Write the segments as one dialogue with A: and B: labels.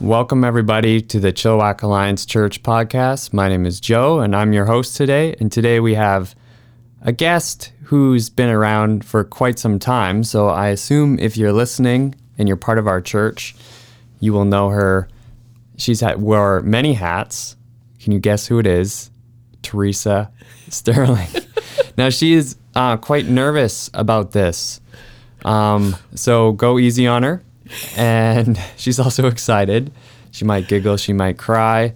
A: Welcome, everybody, to the Chilliwack Alliance Church podcast. My name is Joe, and I'm your host today. And today we have a guest who's been around for quite some time. So I assume if you're listening and you're part of our church, you will know her. She's had wore many hats. Can you guess who it is? Teresa Sterling. now she is uh, quite nervous about this, um, so go easy on her. And she's also excited. She might giggle. She might cry.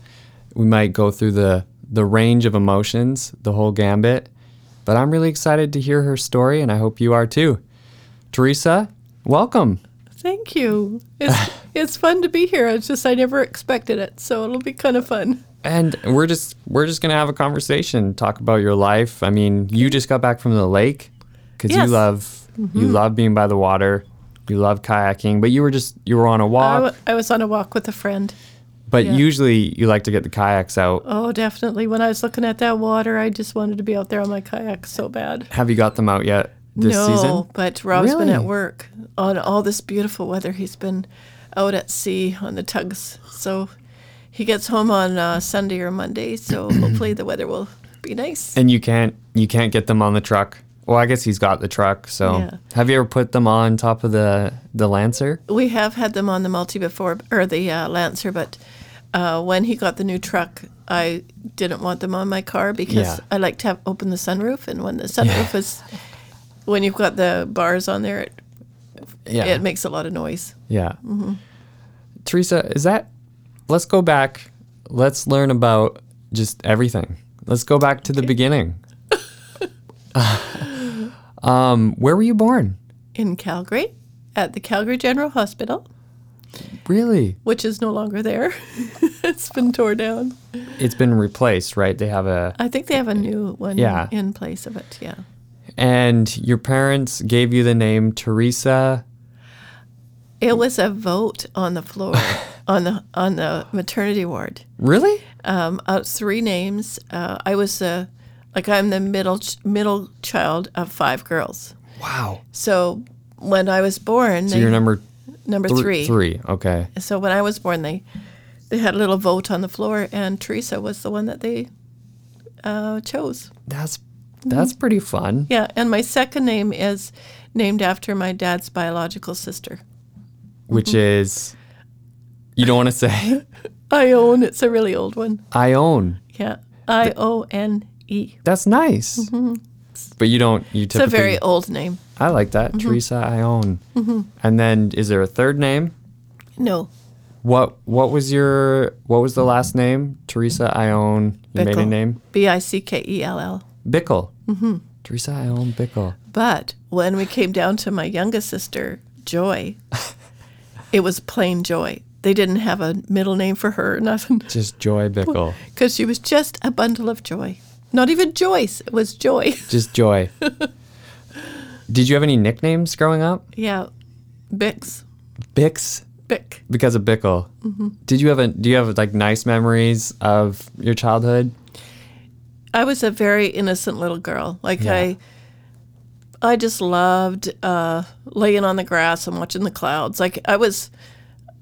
A: We might go through the the range of emotions, the whole gambit. But I'm really excited to hear her story, and I hope you are too. Teresa, welcome.
B: Thank you. It's, it's fun to be here. It's just I never expected it, so it'll be kind of fun.
A: and we're just we're just gonna have a conversation talk about your life i mean you just got back from the lake because
B: Yes.
A: you love you love being by the water you love kayaking but you were just you were on a
B: I,
A: walk
B: w- I was on a walk with a friend.
A: but
B: yeah.
A: usually you like to get the kayaks out
B: Oh, definitely. When I was looking at that water, I just wanted to be out there on my kayak so bad.
A: have you got them out yet this
B: no,
A: season
B: but Rob's been at
A: Really?
B: work on all this beautiful weather. He's been out at sea on the tugs, so he gets home on uh, Sunday or Monday. So hopefully the weather will be nice.
A: and you can't you can't get them on the truck well i guess he's got the truck so
B: Yeah.
A: have you ever put them on top of the the lancer
B: We have had them on the multi before, or the uh, Lancer, but uh, when he got the new truck, I didn't want them on my car because
A: Yeah.
B: I like to have open the sunroof, and when the sunroof is, when you've got the bars on there, it,
A: yeah
B: it Mm-hmm. makes a lot of noise.
A: Yeah. Teresa, is that? Let's go back. Let's learn about just everything. Let's go back to the beginning. um, where were you born?
B: In Calgary, at the Calgary General Hospital,
A: Really?
B: which is no longer there, it's been tore down.
A: It's been replaced, right? They have a.
B: I think they have a new one
A: Yeah.
B: in place of it. Yeah.
A: And your parents gave you the name Teresa.
B: It was a vote on the floor on the on the maternity ward.
A: Really?
B: um, out three names. Uh, I was uh, like I'm the middle ch- middle child of five girls.
A: Wow.
B: So when I was born,
A: So you're number
B: number
A: thr-
B: three.
A: Three. Okay.
B: So when I was born, they they had a little vote on the floor, and Teresa was the one that they uh, chose.
A: That's that's pretty fun.
B: Yeah, and my second name is named after my dad's biological sister. Mm-hmm.
A: Which is, you don't want to say.
B: I own. It's a really old one.
A: I own.
B: Yeah, I O N E.
A: That's nice. But you don't. You
B: It's a
A: typically.
B: Mm-hmm. very mm-hmm. old name.
A: I like that, Teresa Ione. And then, is there a third name?
B: No,
A: What What was your What was the last name? Teresa Ione. Your maiden
B: Bickle.
A: name
B: B I C K E L L.
A: Bickle.
B: Mm-hmm.
A: Teresa Ione Bickle.
B: But when we came down to my youngest sister, Joy, it was plain Joy. They didn't have a middle name for her, nothing,
A: Just Joy Bickle.
B: because she was just a bundle of joy. Not even Joyce, it was Joy.
A: Just Joy. Did you have any nicknames growing up?
B: yeah, Bix,
A: Bix
B: Bick.
A: because of Bickle.
B: Mm-hmm.
A: Did you have a Do you have like nice memories of your childhood?
B: I was a very innocent little girl. Like
A: Yeah.
B: I, I just loved uh, laying on the grass and watching the clouds. Like I was,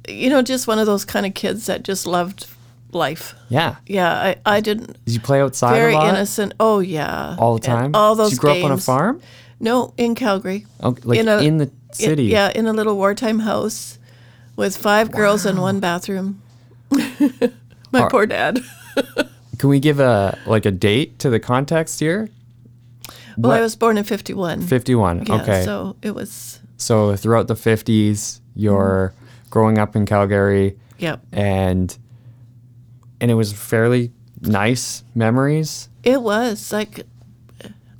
B: you know, just one of those kind of kids that just loved life.
A: Yeah.
B: Yeah, I, I didn't
A: Did you play outside
B: very
A: a lot?
B: innocent. Oh yeah,
A: All the time.
B: And all
A: Did
B: those.
A: you grow up on a
B: games.
A: farm?
B: No, in Calgary.
A: Okay, like in,
B: In a-
A: the
B: In-
A: city.
B: yeah, in a little wartime house with five girls and one bathroom. My
A: Are-
B: poor dad.
A: Can we give a like a date to the context here?
B: Well,
A: What-
B: I was born in '51.
A: 51.
B: Yeah,
A: okay. So.
B: so it was.
A: throughout the 50s, you're
B: Mm-hmm.
A: growing up in Calgary
B: Yeah,
A: and and it was fairly nice memories.
B: it was like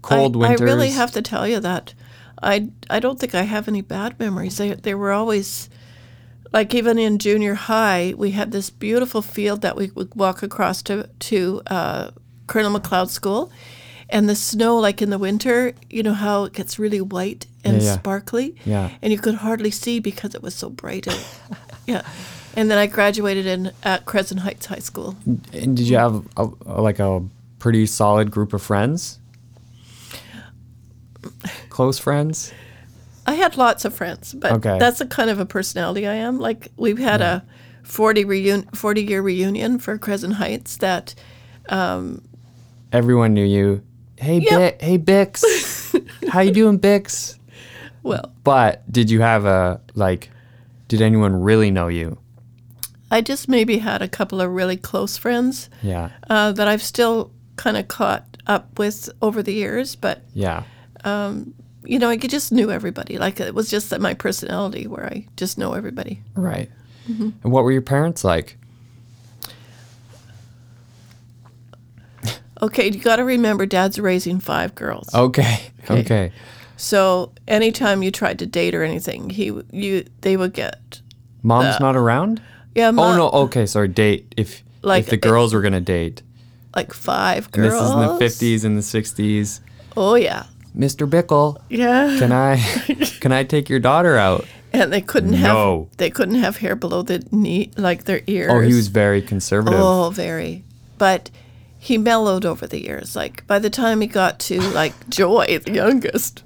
A: Cold
B: I,
A: winters.
B: I really have to tell you that I I don't think I have any bad memories. They they were always like even in junior high, we had this beautiful field that we would walk across to to uh, Colonel McLeod School, and the snow like in the winter, you know how it gets really white and
A: Yeah, yeah.
B: sparkly,
A: Yeah.
B: and you could hardly see because it was so bright. And, yeah, and then I graduated in at Crescent Heights High School.
A: And did you have a, a- like a pretty solid group of friends? Close friends?
B: I had lots of friends, but
A: Okay.
B: that's the kind of a personality I am. Like we've had a 40 reun- 40 year reunion for Crescent Heights that
A: Everyone knew you. Hey,
B: Yep.
A: Bi- hey Bix, how you doing, Bix?
B: well
A: But did you have a like? Did anyone really know you?
B: I just maybe had a couple of really close friends
A: Yeah,
B: uh, that I've still kind of caught up with over the years but
A: yeah,
B: you know I just knew everybody like it was just that my personality where I just know everybody
A: right.
B: Mm-hmm.
A: And what were your parents like?
B: okay you got to remember dad's raising five girls
A: Okay, Uh, okay,
B: so anytime you tried to date or anything he w- you they would get
A: Mom's not around.
B: yeah
A: oh
B: mom,
A: no. Okay, sorry. Date if
B: Like, uh,
A: if the
B: it-
A: girls were gonna date.
B: like five
A: And
B: girls
A: this is in the fifties and the sixties.
B: oh yeah
A: Mr. Bickle,
B: yeah
A: can I can I take your daughter out?
B: and they couldn't
A: No.
B: have they couldn't have hair below the knee like their ears.
A: Oh, he was very conservative.
B: oh very, but he mellowed over the years. Like by the time he got to like Joy, the youngest,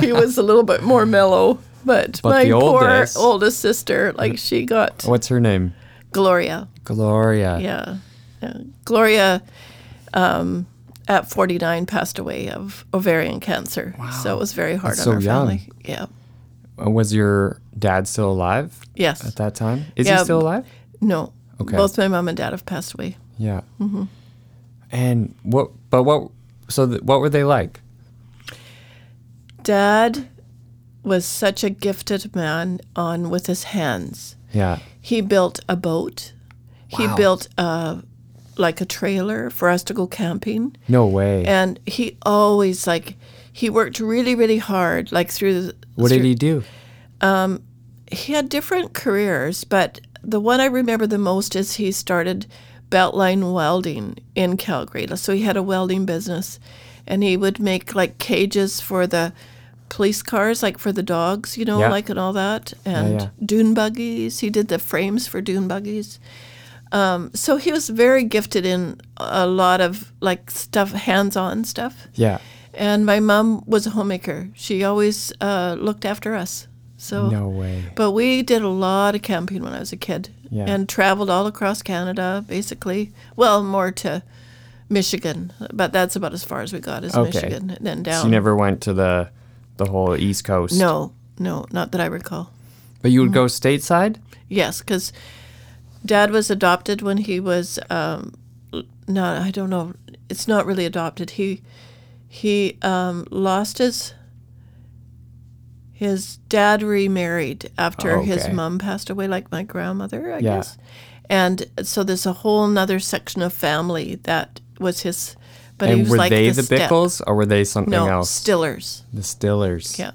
B: he was a little bit more mellow. But, my
A: the oldest-
B: poor oldest sister, like she got
A: What's her name?
B: Gloria.
A: Gloria.
B: Yeah, yeah. Gloria. Um, at 49 passed away of ovarian cancer so it was very hard
A: That's
B: on
A: so
B: our
A: young.
B: family yeah
A: Uh, Was your dad still alive
B: yes
A: at that time? Is
B: Yeah,
A: he still alive?
B: no
A: Okay.
B: both my mom and dad have passed away
A: Yeah. Mm-hmm. And what? But what? So th- what were they like?
B: Dad was such a gifted man on with his hands.
A: Yeah.
B: He built a boat. He
A: Wow.
B: built a like a trailer for us to go camping
A: No way.
B: and he always like he worked really really hard like through the-
A: what
B: through,
A: did he do?
B: he had different careers, but the one I remember the most is he started Beltline Welding in Calgary. So he had a welding business and he would make like cages for the police cars, like for the dogs, you know,
A: Yeah.
B: like and all that, and
A: yeah.
B: dune buggies. He did the frames for dune buggies. Um, so he was very gifted in a lot of like stuff, hands on stuff.
A: Yeah.
B: And my mom was a homemaker. She always uh, looked after us. So
A: No way.
B: but we did a lot of camping when I was a kid
A: Yeah.
B: and traveled all across Canada, basically. Well, more to Michigan, but that's about as far as we got as
A: Okay.
B: Michigan and then down.
A: So you never went to the the whole East Coast.
B: no, Mm-hmm. no, not that I recall.
A: But you would go stateside.
B: Yes, because dad was adopted when he was, um, l- no, I don't know. It's not really adopted. He, he um, lost his. His dad remarried after his
A: Oh, Okay.
B: mom passed away, like my grandmother, I
A: Yeah.
B: guess. And so there's a whole nother section of family that was his. But he
A: And
B: was
A: were
B: like
A: they
B: the,
A: the,
B: step-
A: Bickles or were they something
B: No,
A: else?
B: Stillers.
A: the Stillers.
B: Yeah,
A: And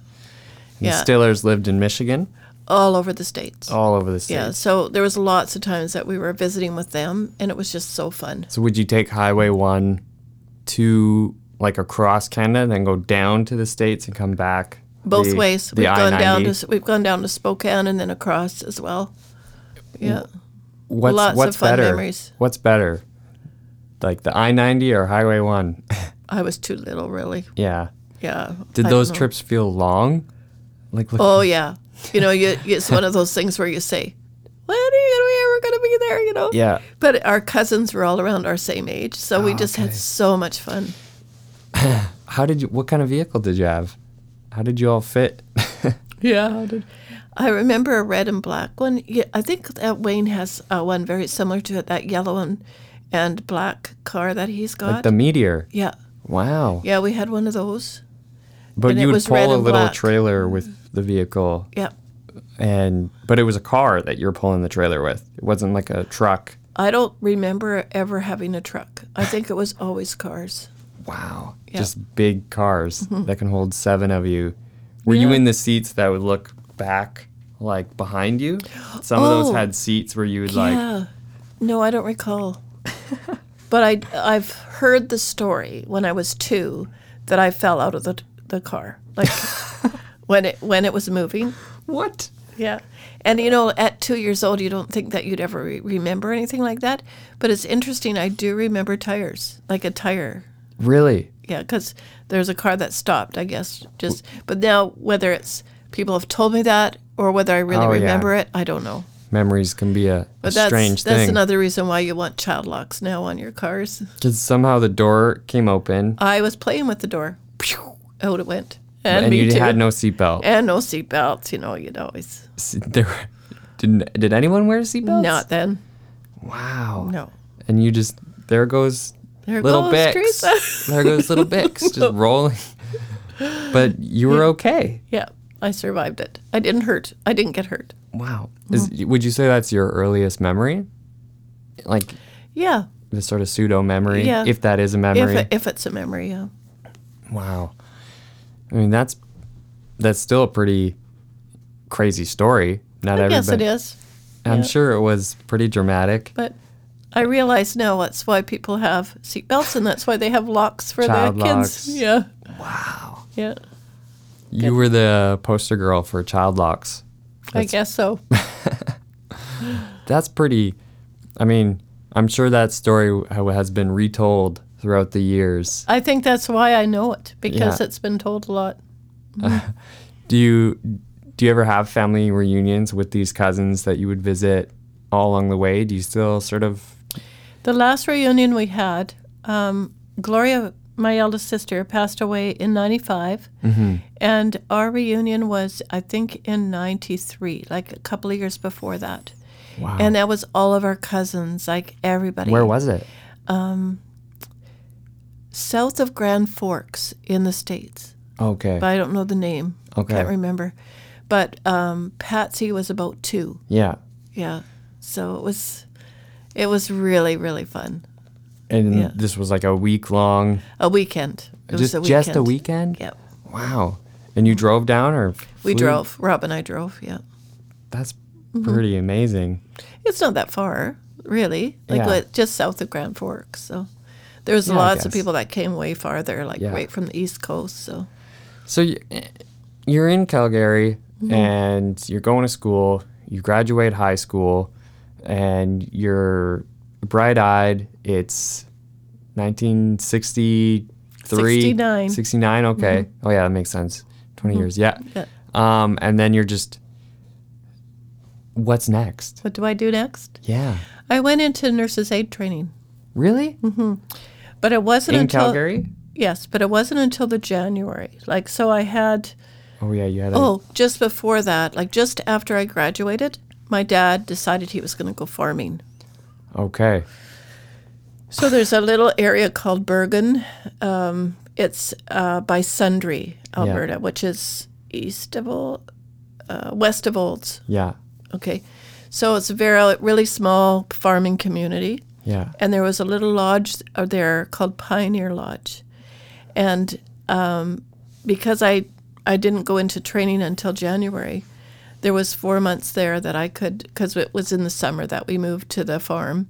B: yeah.
A: The Stillers lived in Michigan,
B: all over the states.
A: all over the state.
B: Yeah, so there was lots of times that we were visiting with them, and it was just so fun.
A: So would you take Highway One to like across Canada, then go down to the states and come back?
B: Both
A: the-
B: ways,
A: the
B: we've gone down
A: I-90?
B: to we've gone down to Spokane and then across as well. Yeah,
A: what's,
B: lots of
A: what's
B: fun
A: better?
B: memories.
A: What's better, like the I ninety or Highway One?
B: I was too little, really.
A: yeah.
B: Yeah.
A: Did
B: I don't
A: those
B: know.
A: trips feel long? Like look,
B: Oh yeah, you know, you, it's one of those things where you say, "When are you ever going to be there?" You know.
A: yeah. Ah,
B: But our cousins were all around our same age, so we just had so much fun.
A: How did you? What kind of vehicle did you have? How did you all fit?
B: Yeah. I remember a red and black one. Yeah, I think that Wayne has uh, one very similar to it, that yellow and, and black car that he's got.
A: like the Meteor.
B: yeah.
A: Wow.
B: Yeah, we had one of those.
A: But
B: and it
A: you would
B: was red
A: pull a
B: and
A: little
B: black.
A: trailer with the vehicle,
B: Yeah.
A: and but it was a car that you're pulling the trailer with. It wasn't like a truck.
B: I don't remember ever having a truck. I think it was always cars.
A: Wow. Just big cars that can hold seven of you. Were you
B: Mm-hmm. Yeah.
A: in the seats that would look back, like behind you? Some of
B: Oh.
A: those had seats where you would like,
B: yeah. No, I don't recall. but I, I've heard the story when I was two that I fell out of the, the car. Like when it when it was moving.
A: what?
B: Yeah. And you know, at two years old, you don't think that you'd ever re- remember anything like that. But it's interesting. I do remember tires, like a tire.
A: Really?
B: Yeah, because there's a car that stopped, I guess. Just, but now whether it's people have told me that or whether I really
A: Oh, yeah.
B: remember it, I don't know.
A: memories can be a, a
B: But that's
A: strange
B: that's
A: thing.
B: another reason why you want child locks now on your cars.
A: Because somehow the door came open
B: I was playing with the door. Pew! Out it went. And,
A: and,
B: me
A: you
B: too.
A: had no seatbelt.
B: and no seatbelts, you know, you'd always.
A: S- There, didn't, did anyone wear seatbelts?
B: Not then.
A: Wow.
B: No.
A: And you just, there goes
B: There
A: little
B: goes
A: Bix.
B: Teresa.
A: there goes little Bix just rolling. But you were okay.
B: yeah, I survived it. I didn't hurt. I didn't get hurt.
A: Wow. Is,
B: Mm.
A: would you say that's your earliest memory? Like
B: Yeah,
A: the sort of pseudo memory,
B: Yeah.
A: if that is a
B: if,
A: memory.
B: it, if it's a memory, yeah.
A: wow. I mean, that's that's still a pretty crazy story. Not
B: I
A: everybody.
B: guess it is.
A: I'm
B: yeah.
A: sure it was pretty dramatic.
B: But I realize now that's why people have seatbelts and that's why they have locks for
A: Child
B: their
A: locks.
B: kids. Yeah,
A: Wow.
B: yeah.
A: You were the poster girl for child locks.
B: I guess so.
A: That's pretty. I mean, I'm sure that story ha- has been retold throughout the years.
B: I think that's why I know it because
A: Yeah.
B: it's been told a lot.
A: Do you do you ever have family reunions with these cousins that you would visit all along the way? Do you still sort of
B: The last reunion we had, um, Gloria, my eldest sister, passed away in 95.
A: Mm-hmm.
B: And our reunion was, I think, in 93, like a couple of years before that.
A: wow?
B: And that was all of our cousins, like everybody.
A: Where was it?
B: South of Grand Forks in the States.
A: Okay.
B: But I don't know the name.
A: Okay.
B: Can't remember. But um, Patsy was about two.
A: yeah.
B: Yeah. So it was, it was really, really fun.
A: And
B: Yeah.
A: this was like a week long,
B: A weekend. It
A: just
B: was a weekend.
A: just a weekend.
B: Yep.
A: Wow. And you drove down, or
B: We
A: flew?
B: drove. Mm-hmm. Rob and I drove. Yeah,
A: That's pretty amazing.
B: it's not that far, really. Like
A: Yeah.
B: what- just south of Grand Forks. So there's
A: Yeah, I
B: lots of
A: guess.
B: people that came way farther, like
A: Yeah.
B: right from the East Coast. So
A: So you- you're in Calgary
B: Mm-hmm.
A: and you're going to school, you graduate high school, and you're bright eyed. It's 1963.
B: 69.
A: 69, okay. Oh, yeah, that makes sense. 20 years, yeah.
B: Mm-hmm. Yeah.
A: Um, and then you're just, what's next?
B: what do I do next?
A: Yeah.
B: I went into nurses aid training,
A: Really?
B: Mm-hmm. but it wasn't
A: In
B: until
A: Calgary?
B: yes, but it wasn't until the January. Like so, I had
A: Oh, yeah, you had a.
B: oh just before that, like just after I graduated, my dad decided he was going to go farming.
A: Okay.
B: So there's a little area called Bergen. Um, it's uh, by Sundry, Alberta, which is east of Old, uh, west of Olds.
A: Yeah.
B: Okay, so it's a very really small farming community,
A: Yeah.
B: and there was a little lodge uh, there called Pioneer Lodge, and um, because I I didn't go into training until January, there was four months there that I could because it was in the summer that we moved to the farm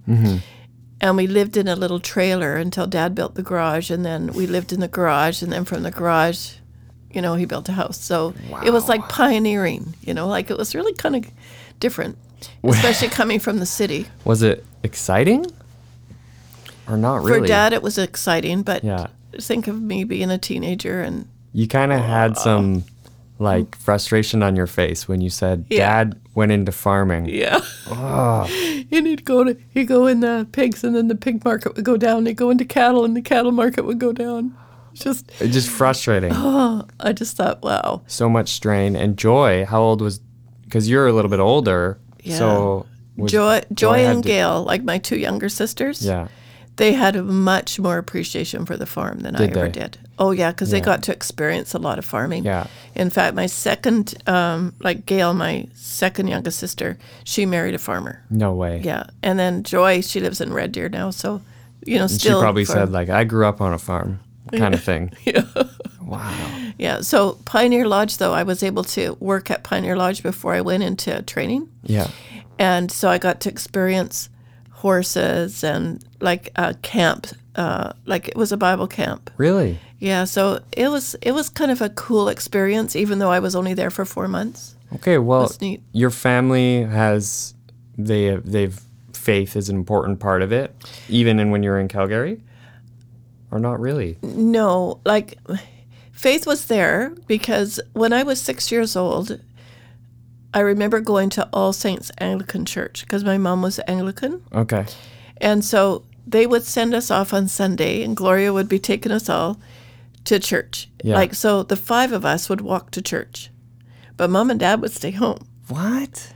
B: and we lived in a little trailer until dad built the garage and then we lived in the garage and then from the garage you know he built a house so it was like pioneering you know like it was really kind of different especially coming from the city
A: Was it exciting? Or not really?
B: for dad it was exciting but
A: Yeah.
B: think of me being a teenager and
A: You kind of had some like frustration on your face when you said
B: Yeah.
A: dad went into farming.
B: yeah
A: Ah.
B: and he'd go to he'd go in the pigs and then the pig market would go down he'd go into cattle and the cattle market would go down It's just
A: It's just frustrating.
B: i just thought wow
A: so much strain and joy. How old was cuz you're a little bit older.
B: Yeah.
A: So was-
B: joy joy
A: had
B: and
A: to-
B: gail like my two younger sisters
A: Yeah.
B: they had a much more appreciation for the farm than I
A: Did
B: ever
A: they?
B: did. Oh yeah, because they got to experience a lot of farming.
A: Yeah.
B: In fact, my second, um, like Gail, my second youngest sister, she married a farmer.
A: No way.
B: Yeah, and then Joy, she lives in Red Deer now, so you know
A: She
B: still.
A: probably
B: farm.
A: said like I grew up on a farm kind of thing. Wow.
B: Yeah. So Pioneer Lodge, though, I was able to work at Pioneer Lodge before I went into training.
A: Yeah.
B: and so I got to experience horses and like a camp, uh, like it was a Bible camp.
A: Really?
B: Yeah, so it was it was kind of a cool experience, even though I was only there for four months.
A: Okay, well,
B: That's neat.
A: your family has they they've faith is an important part of it, even in when you're in Calgary, or not really.
B: No, like faith was there because when I was six years old, I remember going to All Saints Anglican Church because my mom was Anglican.
A: Okay.
B: And so they would send us off on Sunday, and Gloria would be taking us all to church.
A: Yeah.
B: Like, so the five of us would walk to church, but mom and dad would stay home.
A: What?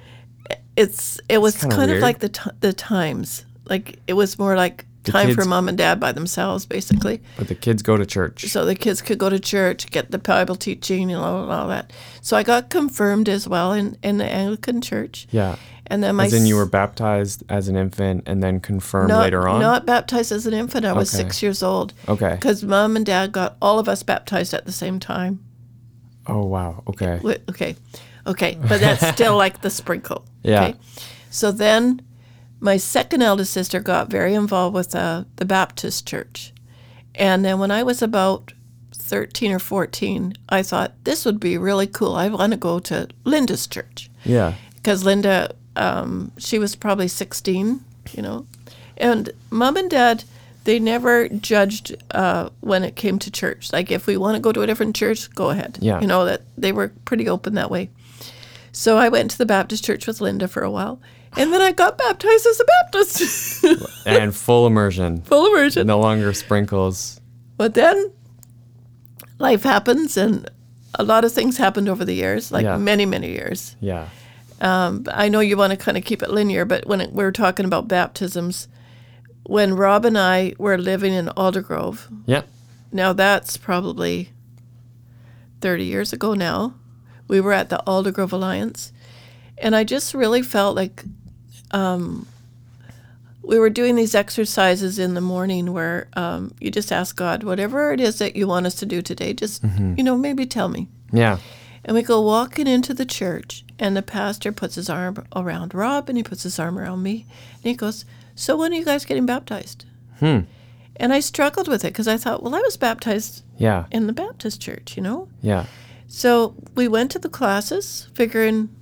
B: It's It was
A: kinda
B: kind of
A: weird.
B: like the, t- the times. Like, it was more like time for
A: kids-
B: mom and dad by themselves, basically.
A: But the kids go to church.
B: So the kids could go to church, get the Bible teaching, and all, and all that. So I got confirmed as well in, in the Anglican church.
A: Yeah.
B: And then my
A: As in you
B: s-
A: were baptized as an infant and then confirmed
B: not,
A: later on?
B: Not baptized as an infant. I was
A: Okay.
B: six years old.
A: Okay.
B: Because mom and dad got all of us baptized at the same time.
A: Oh, wow. Okay.
B: Wait, okay. Okay. But that's still like the sprinkle.
A: Yeah.
B: Okay? So then my second eldest sister got very involved with uh, the Baptist church. And then when I was about 13 or 14, I thought this would be really cool. I want to go to Linda's church
A: Yeah.
B: because Linda, um, she was probably 16, you know. And mom and dad, they never judged uh, when it came to church. Like, if we want to go to a different church, go ahead.
A: Yeah.
B: You know, that they were pretty open that way. So I went to the Baptist church with Linda for a while. And then I got baptized as a Baptist,
A: And full immersion.
B: full immersion.
A: No longer sprinkles.
B: But then life happens, and a lot of things happened over the years, like
A: Yeah.
B: many, many years.
A: Yeah.
B: I know you want to kind of keep it linear, but when it, we're talking about baptisms, when Rob and I were living in Aldergrove,
A: Yep.
B: now that's probably 30 years ago now, we were at the Aldergrove Alliance. And I just really felt like um, we were doing these exercises in the morning where um, you just ask God, whatever it is that you want us to do today, just, you know, maybe tell me.
A: Yeah.
B: And we go walking into the church, and the pastor puts his arm around Rob and he puts his arm around me. And he goes, So when are you guys getting baptized? And I struggled with it because I thought, Well, I was baptized
A: Yeah.
B: in the Baptist church, you know?
A: Yeah.
B: So we went to the classes, figuring,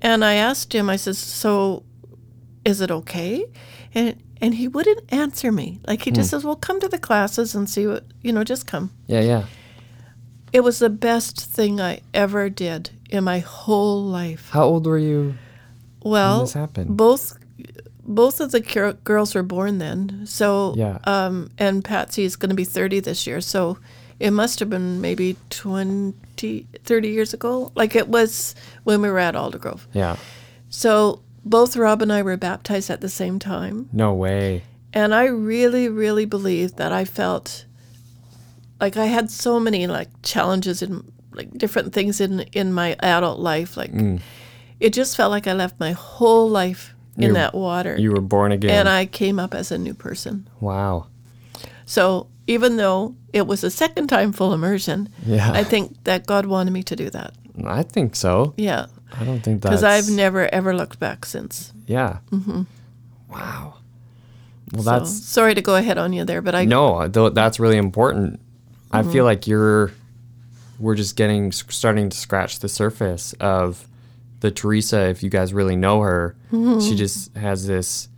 B: and I asked him, I said, So is it okay? And, and he wouldn't answer me. Like he just says, Well, come to the classes and see what, you know, just come.
A: Yeah. Yeah.
B: It was the best thing I ever did in my whole life.
A: How old were you?
B: Well,
A: this happened?
B: both both of the cur- girls were born then. So
A: Yeah.
B: um, and Patsy is going to be 30 this year. So it must have been maybe 20 30 years ago. Like it was when we were at Aldergrove.
A: Yeah.
B: So both Rob and I were baptized at the same time,
A: No way.
B: and I really really believe that I felt like I had so many like challenges in like different things in in my adult life like
A: Mm.
B: it just felt like I left my whole life in
A: You-
B: that water
A: You were born again.
B: and I came up as a new person.
A: wow.
B: So even though it was a second time full immersion,
A: Yeah.
B: I think that God wanted me to do that.
A: I think so.
B: Yeah.
A: I don't think that's.
B: Because I've never ever looked back since.
A: Yeah. Wow. Well,
B: So
A: that's
B: sorry to go ahead on you there, but I
A: no. Though that's really important. I
B: Mm-hmm.
A: feel like you're. We're just getting starting to scratch the surface of the Teresa. If you guys really know her,
B: Mm-hmm.
A: she just has this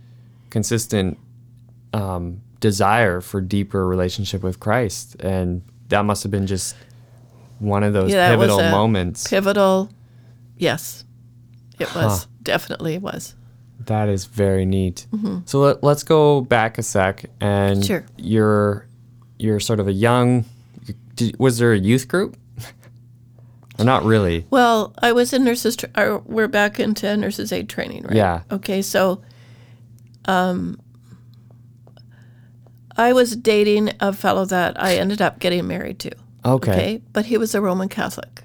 A: consistent um, desire for deeper relationship with Christ, and that must have been just one of those
B: Yeah, that was
A: pivotal
B: a
A: moments.
B: pivotal. Yes. It was. Definitely it was.
A: That is very neat. So let, let's go back a sec, and
B: Sure.
A: you're you're sort of a young. Did, was there a youth group? or not really.
B: Well, I was in nurses. Tra- or we're back into nurses aid training, right?
A: Yeah.
B: Okay, so, um, I was dating a fellow that I ended up getting married to.
A: Okay.
B: but he was a Roman Catholic.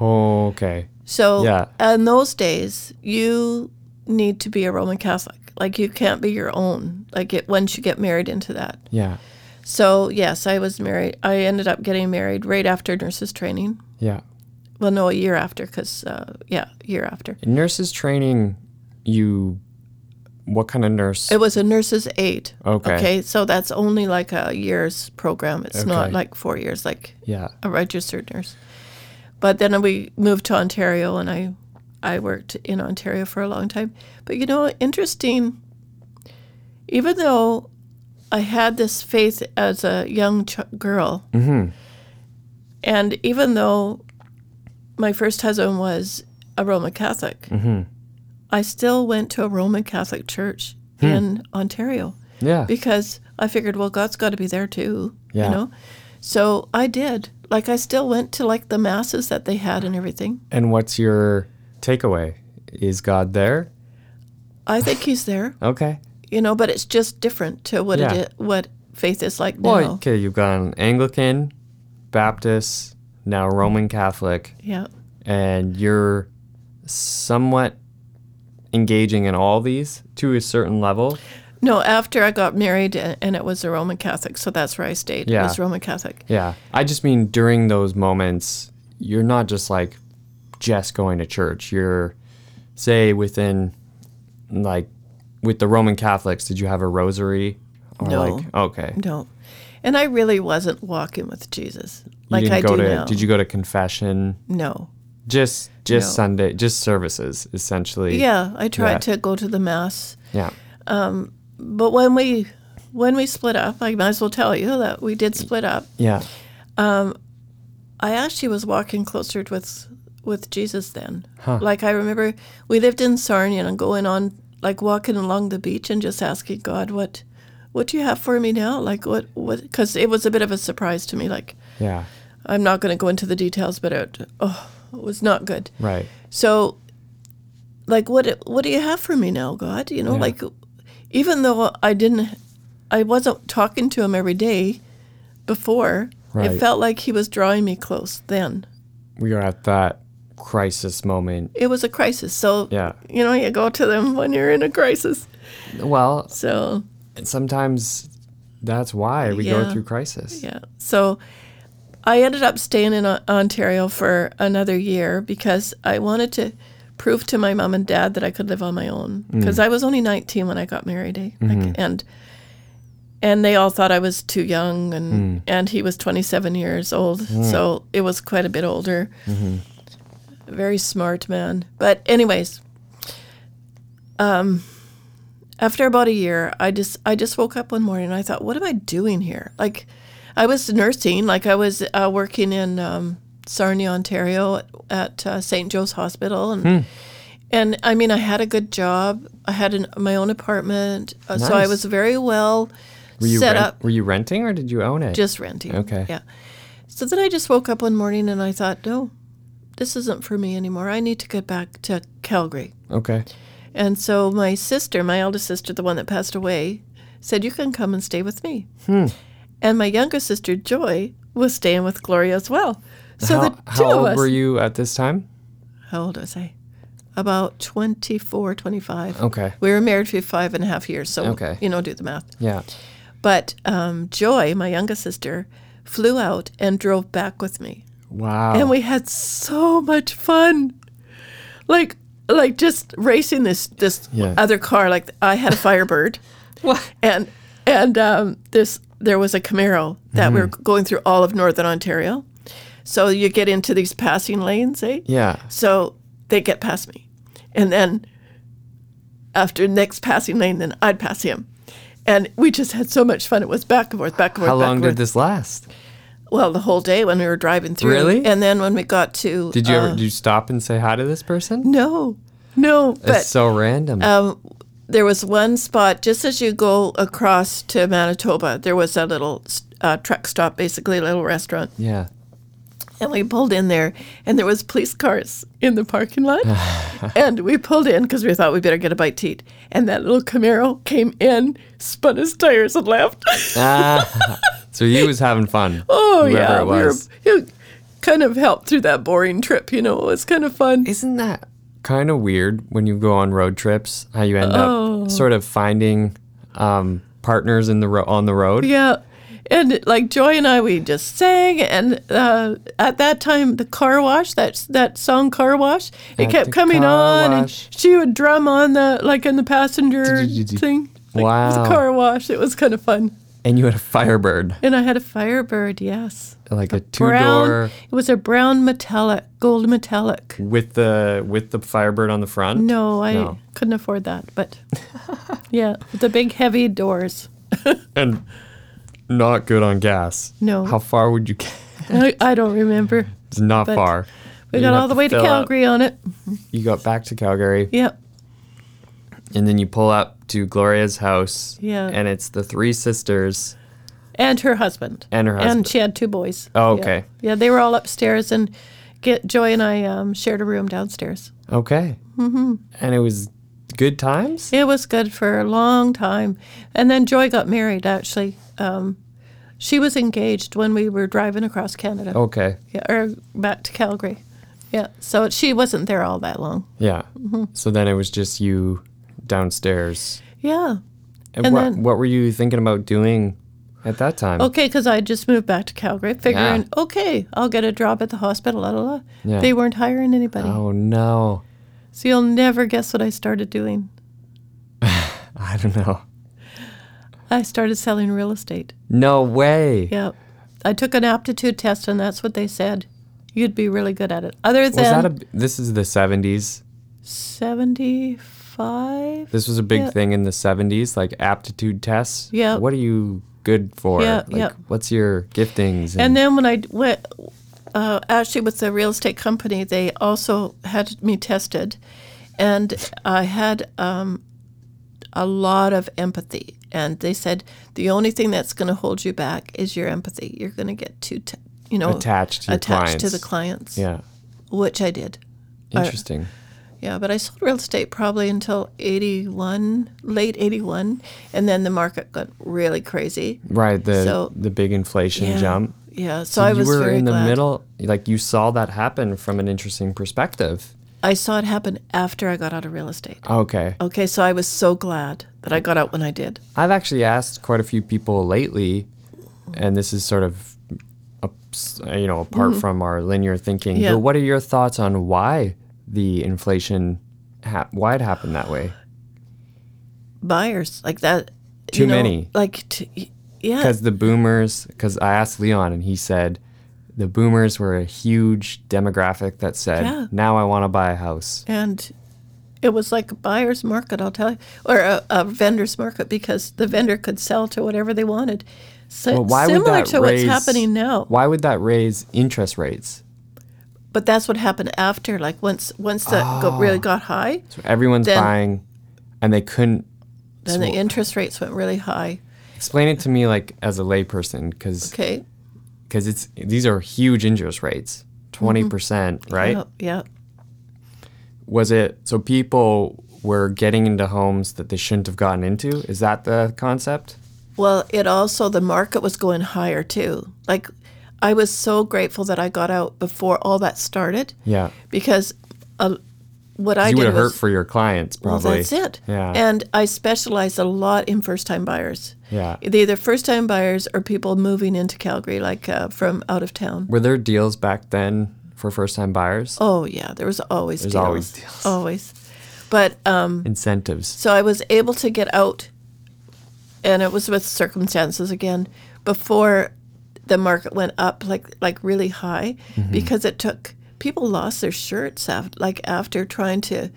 A: Okay.
B: So,
A: Yeah.
B: in those days, you need to be a Roman Catholic. Like you can't be your own. Like it once you get married into that.
A: Yeah.
B: So yes, I was married. I ended up getting married right after nurses training.
A: Yeah.
B: Well, no, a year after, because uh, yeah, a year after.
A: In nurses training, you. What kind of nurse?
B: It was a nurse's aide.
A: Oh, Okay.
B: So that's only like a year's program. It's not
A: Okay.
B: like four years, like
A: yeah.
B: a registered nurse. But then we moved to Ontario and I, I worked in Ontario for a long time. But you know, interesting, even though I had this faith as a young ch- girl, and even though my first husband was a Roman Catholic, I still went to a Roman Catholic church in Ontario
A: Yeah.
B: because I figured, well, God's got to be there too,
A: Yeah.
B: you know? So I did. Like, I still went to like the masses that they had and everything.
A: And what's your takeaway? Is God there?
B: I think He's there,
A: Okay.
B: you know, but it's just different to what
A: Yeah.
B: it is, what faith is like now.
A: Well, okay, you've gone Anglican, Baptist, now Roman Catholic,
B: yeah.
A: and you're somewhat engaging in all these to a certain level.
B: No, after I got married a- and it was a Roman Catholic, so that's where I stayed.
A: Yeah.
B: It was Roman Catholic.
A: Yeah. I just mean during those moments, you're not just like just going to church. You're, say, within like with the Roman Catholics, did you have a rosary? Or
B: No.
A: like okay.
B: No. And I really wasn't walking with Jesus
A: You
B: like
A: didn't
B: I
A: go
B: do
A: to
B: now.
A: did you go to confession?
B: no.
A: Just just
B: No.
A: Sunday just services essentially.
B: Yeah, I tried
A: Yeah.
B: to go to the mass.
A: Yeah.
B: But when we when we split up, I might as well tell you that we did split up.
A: Yeah.
B: I actually was walking closer with with Jesus then. Like I remember we lived in Sarnia and going on like walking along the beach and just asking God what what do you have for me now? Like what what cuz it was a bit of a surprise to me like
A: Yeah.
B: I'm not going to go into the details but it oh it was not good.
A: Right.
B: So, like, what what do you have for me now, God? You know, like, even though I didn't, I wasn't talking to him every day before.
A: Right.
B: It felt like he was drawing me close. Then
A: We are at that crisis moment.
B: it was a crisis. So
A: Yeah.
B: you know, you go to them when you're in a crisis.
A: Well,
B: So
A: sometimes that's why we go
B: Yeah.
A: through crisis.
B: yeah, so. I ended up staying in O- Ontario for another year because I wanted to prove to my mom and dad that I could live on my own because I was only 19 when I got married, eh? like, and and they all thought I was too young, and and he was 27 years old, so it was quite a bit older. Very smart man, but anyways, um, after about a year, I just I just woke up one morning and I thought, what am I doing here? Like, I was nursing, like I was uh, working in um, Sarnia, Ontario, at, at uh, St. Joe's Hospital, and.
A: Hmm.
B: And I mean, I had a good job. I had an, my own apartment, uh, so I
A: Nice.
B: was very well
A: Were you
B: set
A: rent-
B: up
A: were you renting or did you own it?
B: just renting.
A: Okay.
B: Yeah. So then I just woke up one morning and I thought, no, this isn't for me anymore. I need to get back to Calgary.
A: okay.
B: And so my sister, my eldest sister, the one that passed away, said, you can come and stay with me.
A: Hmm.
B: And my younger sister, Joy, was staying with Gloria as well. So
A: how
B: the two
A: how
B: of
A: old
B: us.
A: were you at this time?
B: How old was I? About 24, 25.
A: Okay.
B: We were married for five and a half years. So,
A: Oh. Okay.
B: you know, do the math.
A: Yeah.
B: But um, Joy, my youngest sister, flew out and drove back with me,
A: Wow.
B: and we had so much fun, like like just racing this this
A: Yeah.
B: other car. Like I had a Firebird, and and um, this there was a Camaro that we were
A: Mm-hmm.
B: going through all of northern Ontario. So you get into these passing lanes, eh?
A: yeah.
B: So they get past me. And then after next passing lane, then I'd pass him. And we just had so much fun. It was back and forth, back and forth,
A: How
B: back
A: long
B: and
A: did
B: forth.
A: this last?
B: well, the whole day when we were driving through.
A: Really?
B: And then when we got to.
A: Did you
B: uh,
A: ever did you stop and say hi to this person?
B: no, no.
A: That's
B: But
A: so random.
B: um, there was one spot just as you go across to Manitoba, there was a little uh, truck stop, basically, a little restaurant.
A: yeah.
B: And we pulled in there, and there was police cars in the parking lot. and we pulled in because we thought we better get a bite to eat. And that little Camaro came in, spun his tires, and left.
A: Ah, so you was having fun.
B: oh
A: whoever
B: yeah,
A: It was.
B: we were. It kind of helped through that boring trip. You know, it was kind of fun.
A: Isn't that kind of weird when you go on road trips? How you end
B: Oh.
A: up sort of finding um, partners in the ro- on the road?
B: Yeah. And like Joy and I, we just sang, and uh, at that time, the car wash that that song "Car Wash" it
A: At
B: kept
A: the
B: coming
A: car
B: on, and
A: wash.
B: she would drum on the like in the passenger thing. Like, it
A: Wow.
B: was a car wash. It was kind of fun,
A: And you had a Firebird,
B: and I had a Firebird. Yes,
A: like a two
B: brown.
A: door
B: It was a brown metallic, gold metallic.
A: with the with the Firebird on the front.
B: No, I
A: No.
B: couldn't afford that, but yeah, with the big heavy doors.
A: and not good on gas.
B: No.
A: How far would you? get?
B: I, I don't remember.
A: It's not
B: But-
A: far.
B: We
A: You'd
B: got
A: have
B: all the
A: to
B: way to
A: fill out.
B: Calgary on it.
A: You got back to Calgary,
B: Yep.
A: and then you pull up to Gloria's house.
B: Yeah.
A: And it's the three sisters.
B: And her husband.
A: And her husband.
B: And she had two boys.
A: Oh,
B: Yeah.
A: okay.
B: Yeah, they were all upstairs, and get Joy and I um, shared a room downstairs.
A: Okay. Mm-hmm. And it was good times.
B: It was good for a long time. And then Joy got married, actually. Um, she was engaged when we were driving across Canada
A: Okay.
B: yeah, or back to Calgary. Yeah, so she wasn't there all that long.
A: Yeah.
B: Mm-hmm.
A: So then it was just you downstairs.
B: Yeah.
A: And,
B: And
A: what,
B: then- Oh.
A: what were you thinking about doing at that time?
B: Okay, because I just moved back to Calgary, figuring, okay, I'll get a job at the hospital. La, la, la.
A: Yeah.
B: They weren't hiring anybody.
A: Oh no,
B: So you'll never guess what I started doing.
A: I don't know.
B: I started selling real estate.
A: No way.
B: Yeah. I took an aptitude test, and that's what they said. You'd be really good at it. Other
A: Was
B: than
A: that a? This is the '70s.
B: 75?
A: This was a big
B: Yeah.
A: thing in the '70s, like aptitude tests.
B: Yeah.
A: What are you good for?
B: Yeah,
A: Like,
B: yeah.
A: What's your giftings?
B: And then when I went, uh, actually with the real estate company, they also had me tested, and I had um, a lot of empathy. And they said the only thing that's going to hold you back is your empathy. You're going to get too, t- you know,
A: Attached to your
B: attached to the
A: clients. yeah.
B: clients, which I did.
A: Interesting.
B: Yeah, but I sold real estate probably until 81, late 81, and then the market got really crazy.
A: right. The
B: so-
A: the big inflation
B: Yeah.
A: jump.
B: Yeah, so, I
A: you
B: was
A: were
B: very
A: in the
B: glad.
A: middle. Like you saw that happen from an interesting perspective.
B: I saw it happen after I got out of real estate.
A: Okay.
B: Okay, so I was so glad that I got out when I did.
A: I've actually asked quite a few people lately, and this is sort of, ups- you know, apart from our linear thinking.
B: Mm-hmm. Yeah.
A: But what are your thoughts on why the inflation, hap why it happened that way?
B: Buyers like that.
A: Too
B: you know,
A: many.
B: Like, t- yeah,
A: Because the boomers. Because I asked Leon, and he said, the boomers were a huge demographic that said,
B: Yeah.
A: "Now I want to buy a house."
B: and it was like a buyer's market, I'll tell you, or a, a vendor's market because the vendor could sell to whatever they wanted. So
A: But why
B: similar
A: would that
B: to
A: raise,
B: what's happening now.
A: Why would that raise interest rates?
B: But that's what happened after. Like once once that
A: Oh.
B: got, really got high,
A: So everyone's
B: Then-
A: buying, and they couldn't
B: then the interest rates went really high.
A: explain it to me like as a layperson because
B: Okay.
A: because it's these are huge interest rates
B: Mm-hmm.
A: 20% percent right
B: Oh, yeah.
A: was it so people were getting into homes that they shouldn't have gotten into is that the concept
B: Well, it also the market was going higher too. Like I was so grateful that I got out before all that started
A: yeah
B: because uh, what I
A: you would
B: did
A: have
B: was
A: hurt for your clients
B: well,
A: probably
B: that's it.
A: yeah
B: And I specialized a lot in first time buyers.
A: yeah
B: They're either first time buyers or people moving into Calgary, like uh, from out of town.
A: were there deals back then for first-time buyers
B: Oh yeah, there was always
A: There's
B: deals.
A: always deals.
B: Always. But um,
A: incentives
B: so I was able to get out, and it was with circumstances again before the market went up like like really high because it took people lost their shirts after, like after trying to.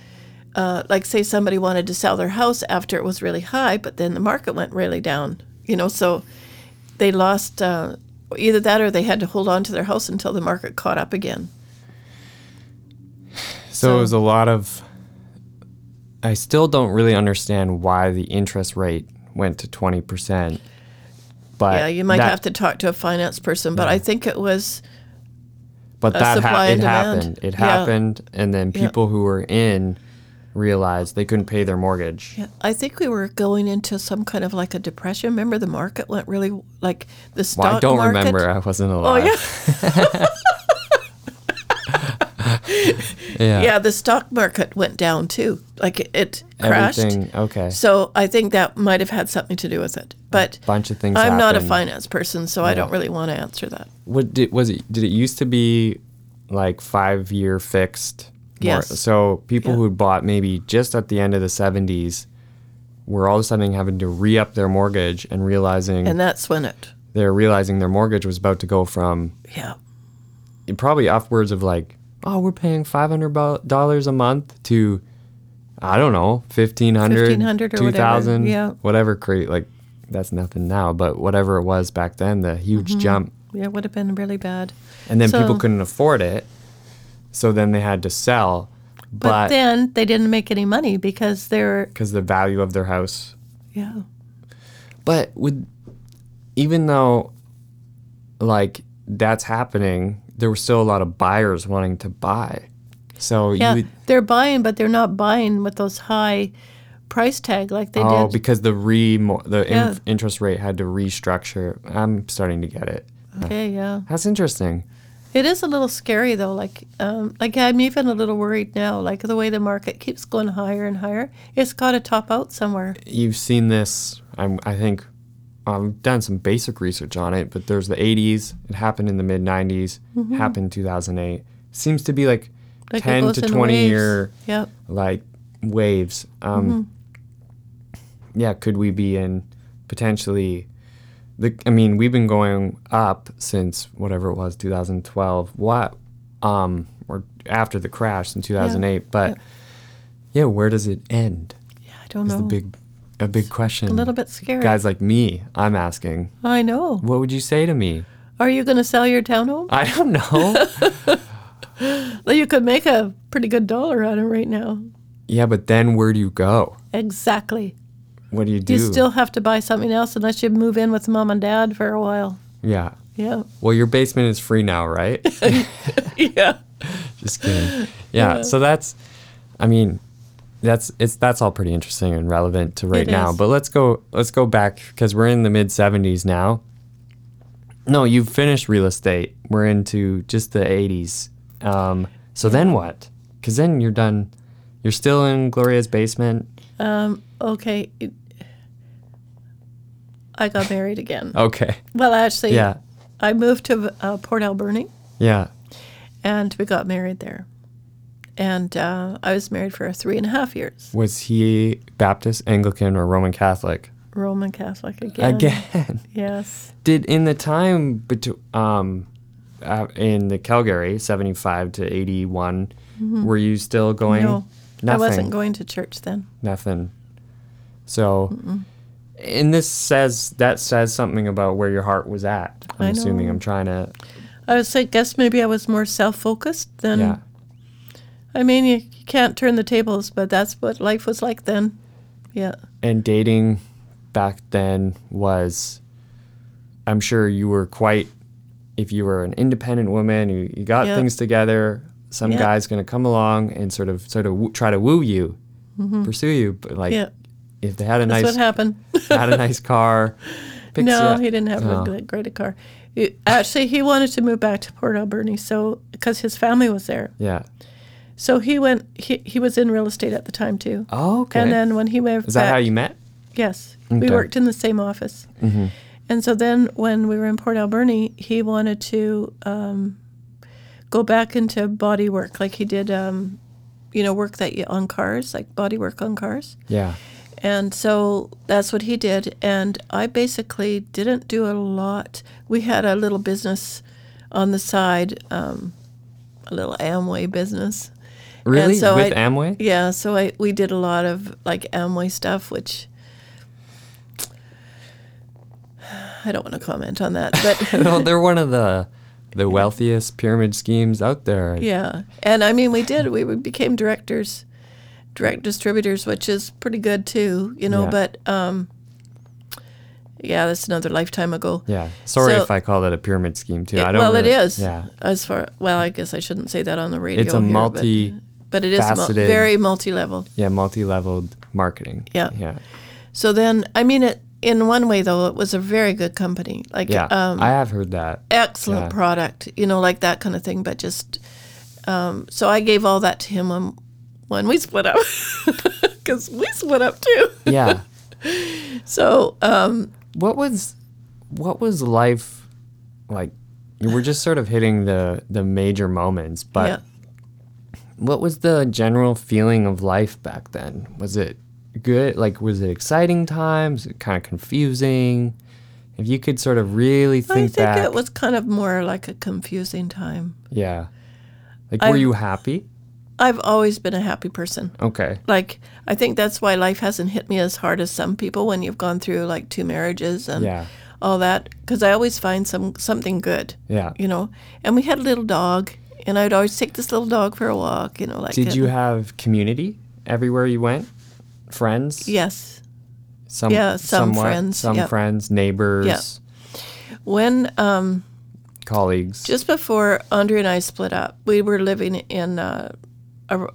B: Uh, like say somebody wanted to sell their house after it was really high, but then the market went really down. You know, so they lost uh, either that or they had to hold on to their house until the market caught up again.
A: so, it was a lot of i still don't really understand why the interest rate went to 20% but
B: Yeah, you might
A: that-
B: have to talk to a finance person, but I think it was
A: But that
B: supply
A: ha- it
B: and demand.
A: happened. It
B: Yeah.
A: happened, and then people who were in realized they couldn't pay their mortgage.
B: Yeah, I think we were going into some kind of like a depression. Remember, the market went really like the stock
A: Well, I don't
B: market.
A: remember. I wasn't
B: Oh
A: alive.
B: yeah,
A: yeah, yeah.
B: yeah. The stock market went down too. Like it, it crashed.
A: Everything okay.
B: So I think that might have had something to do with it. But
A: Bunch of things.
B: I'm not a
A: happened. Mm.
B: finance person, so I don't really want to answer that.
A: What did was it? Did it used to be like five year fixed?
B: Yes.
A: so people
B: Yeah.
A: who bought maybe just at the end of the '70s were all of a sudden having to re up their mortgage and realizing
B: And that's when it.
A: they're realizing their mortgage was about to go from
B: Yeah.
A: it probably upwards of like, oh, we're paying five hundred dollars a month to, I don't know, fifteen hundred,
B: $1,500 or
A: two
B: whatever,
A: thousand,
B: yeah.
A: whatever. Create like that's nothing now, but whatever it was back then, the huge jump,
B: Yeah, it would have been really bad.
A: and then people
B: Mm-hmm. So-
A: couldn't afford it, So then they had to sell,
B: But,
A: but
B: then they didn't make any money because they're
A: because the value of their house.
B: yeah.
A: But with even though like that's happening, there were still a lot of buyers wanting to buy. So
B: Yeah,
A: you would,
B: they're buying, but they're not buying with those high price tag like they
A: oh
B: did.
A: because the re the
B: Yeah.
A: inf- interest rate had to restructure. I'm starting to get it.
B: okay, yeah,
A: That's interesting.
B: it is a little scary though. Like, um, like I'm even a little worried now. Like the way the market keeps going higher and higher, it's got to top out somewhere.
A: You've seen this. I'm, I think I've done some basic research on it, but there's the 80s. It happened in the mid 90s. Happened 2008. Seems to be like,
B: Mm-hmm. Like it
A: 10
B: goes
A: to
B: in
A: 20
B: waves.
A: year
B: Yep.
A: like waves. Um,
B: Mm-hmm.
A: Yeah, could we be in potentially? The I mean, we've been going up since whatever it was, 2012. What? Um, or after the crash in 2008. But yeah, where does it end?
B: Yeah, I don't
A: Is the
B: know.
A: big a big question?
B: Oh. a little bit scary.
A: Guys like me, I'm asking,
B: I know.
A: what would you say to me?
B: Are you going to sell your townhome?
A: I don't know.
B: Well, you could make a pretty good dollar on it right now.
A: yeah, but then where do you go?
B: Exactly.
A: What do you do?
B: You still have to buy something else unless you move in with mom and dad for a while.
A: yeah.
B: Yeah.
A: Well, your basement is free now, right?
B: yeah.
A: Just kidding. Yeah, So that's, I mean, that's it's that's all pretty interesting and relevant to right
B: It
A: now.
B: is.
A: But let's go let's go back because we're in the mid '70s now. No, you've finished real estate. We're into just the '80s. Um, so then what? Because then you're done. You're still in Gloria's basement.
B: Okay. it- I got married again.
A: Okay.
B: Well, actually,
A: Yeah.
B: I moved to uh, Port Alberni
A: Yeah.
B: and we got married there. And uh, I was married for three and a half years,
A: Was he Baptist, Anglican, or Roman Catholic?
B: Roman Catholic again.
A: Again.
B: Yes.
A: did in the time between um uh, in the Calgary 75 to 81 were you still going
B: Mm-hmm. No,
A: nothing
B: I wasn't going to church then.
A: nothing so and this says that says something about where your heart was at I'm
B: I
A: assuming
B: know.
A: I'm trying to
B: I was, I guess, maybe I was more self-focused than.
A: yeah
B: I mean, you you can't turn the tables, but that's what life was like then. Yeah.
A: and dating back then was I'm sure you were quite if you were an independent woman you, you got
B: Yeah.
A: things together some
B: Yeah.
A: guy's going to come along and sort of sort of woo, try to woo you pursue you but like
B: Mm-hmm. Yeah.
A: if they had a
B: That's
A: nice
B: what happened.
A: had a nice car picks you
B: no,
A: up-
B: he didn't have
A: No.
B: a good, great a car. He- actually, he wanted to move back to Port Alberni, so because his family was there,
A: yeah
B: so he went. He, he was in real estate at the time too.
A: oh okay
B: And then when he went
A: is that
B: back,
A: how you met
B: yes,
A: Okay.
B: we worked in the same office. And so then when we were in Port Alberni, he wanted to um, go back into body work, like he did, um, you know, work that you on cars, like body work on cars.
A: yeah
B: And so that's what he did. And I basically didn't do a lot. We had a little business on the side, um, a little Amway business.
A: really
B: so
A: with
B: I-
A: Amway
B: Yeah, so I we did a lot of like Amway stuff, which I don't want to comment on that, but
A: no they're one of the the wealthiest pyramid schemes out there
B: yeah. And I mean, we did. We we became directors, direct distributors, which is pretty good too, you know.
A: Yeah.
B: But um, yeah, that's another lifetime ago.
A: Yeah. Sorry
B: So-
A: if I call that a pyramid scheme too. I don't.
B: well,
A: really-
B: it is.
A: Yeah.
B: As far well, I guess I shouldn't say that on the radio.
A: It's a
B: here, but-
A: multi,
B: but, it is mul-
A: faceted-
B: very multi-level.
A: yeah, multi-leveled marketing.
B: Yeah.
A: Yeah.
B: So then, I mean, it in one way though, it was a very good company. Like,
A: Yeah.
B: um,
A: I have heard that.
B: excellent
A: Yeah.
B: product, you know, like that kind of thing. But just um, so I gave all that to him when when we split up, because we split up too.
A: Yeah.
B: So um,
A: what was, what was life like? You were just sort of hitting the the major moments, but
B: yeah,
A: what was the general feeling of life back then? Was it good? Like, was it exciting times? Kind of confusing. If you could sort of really think,
B: I think
A: back,
B: it was kind of more like a confusing time.
A: yeah. Like, were
B: I've-
A: you happy?
B: I've always been a happy person.
A: Okay.
B: Like I think that's why life hasn't hit me as hard as some people when you've gone through like two marriages and
A: Yeah.
B: all that. Because I always find some something good.
A: Yeah.
B: you know. And we had a little dog, and I'd always take this little dog for a walk. You know, like
A: Did
B: and-
A: you have community everywhere you went? Friends?
B: Yes.
A: Some,
B: yeah, some
A: somewhat,
B: friends,
A: Some
B: yep.
A: friends, neighbors,
B: When um,
A: colleagues.
B: just before Andre and I split up, we were living in uh, a,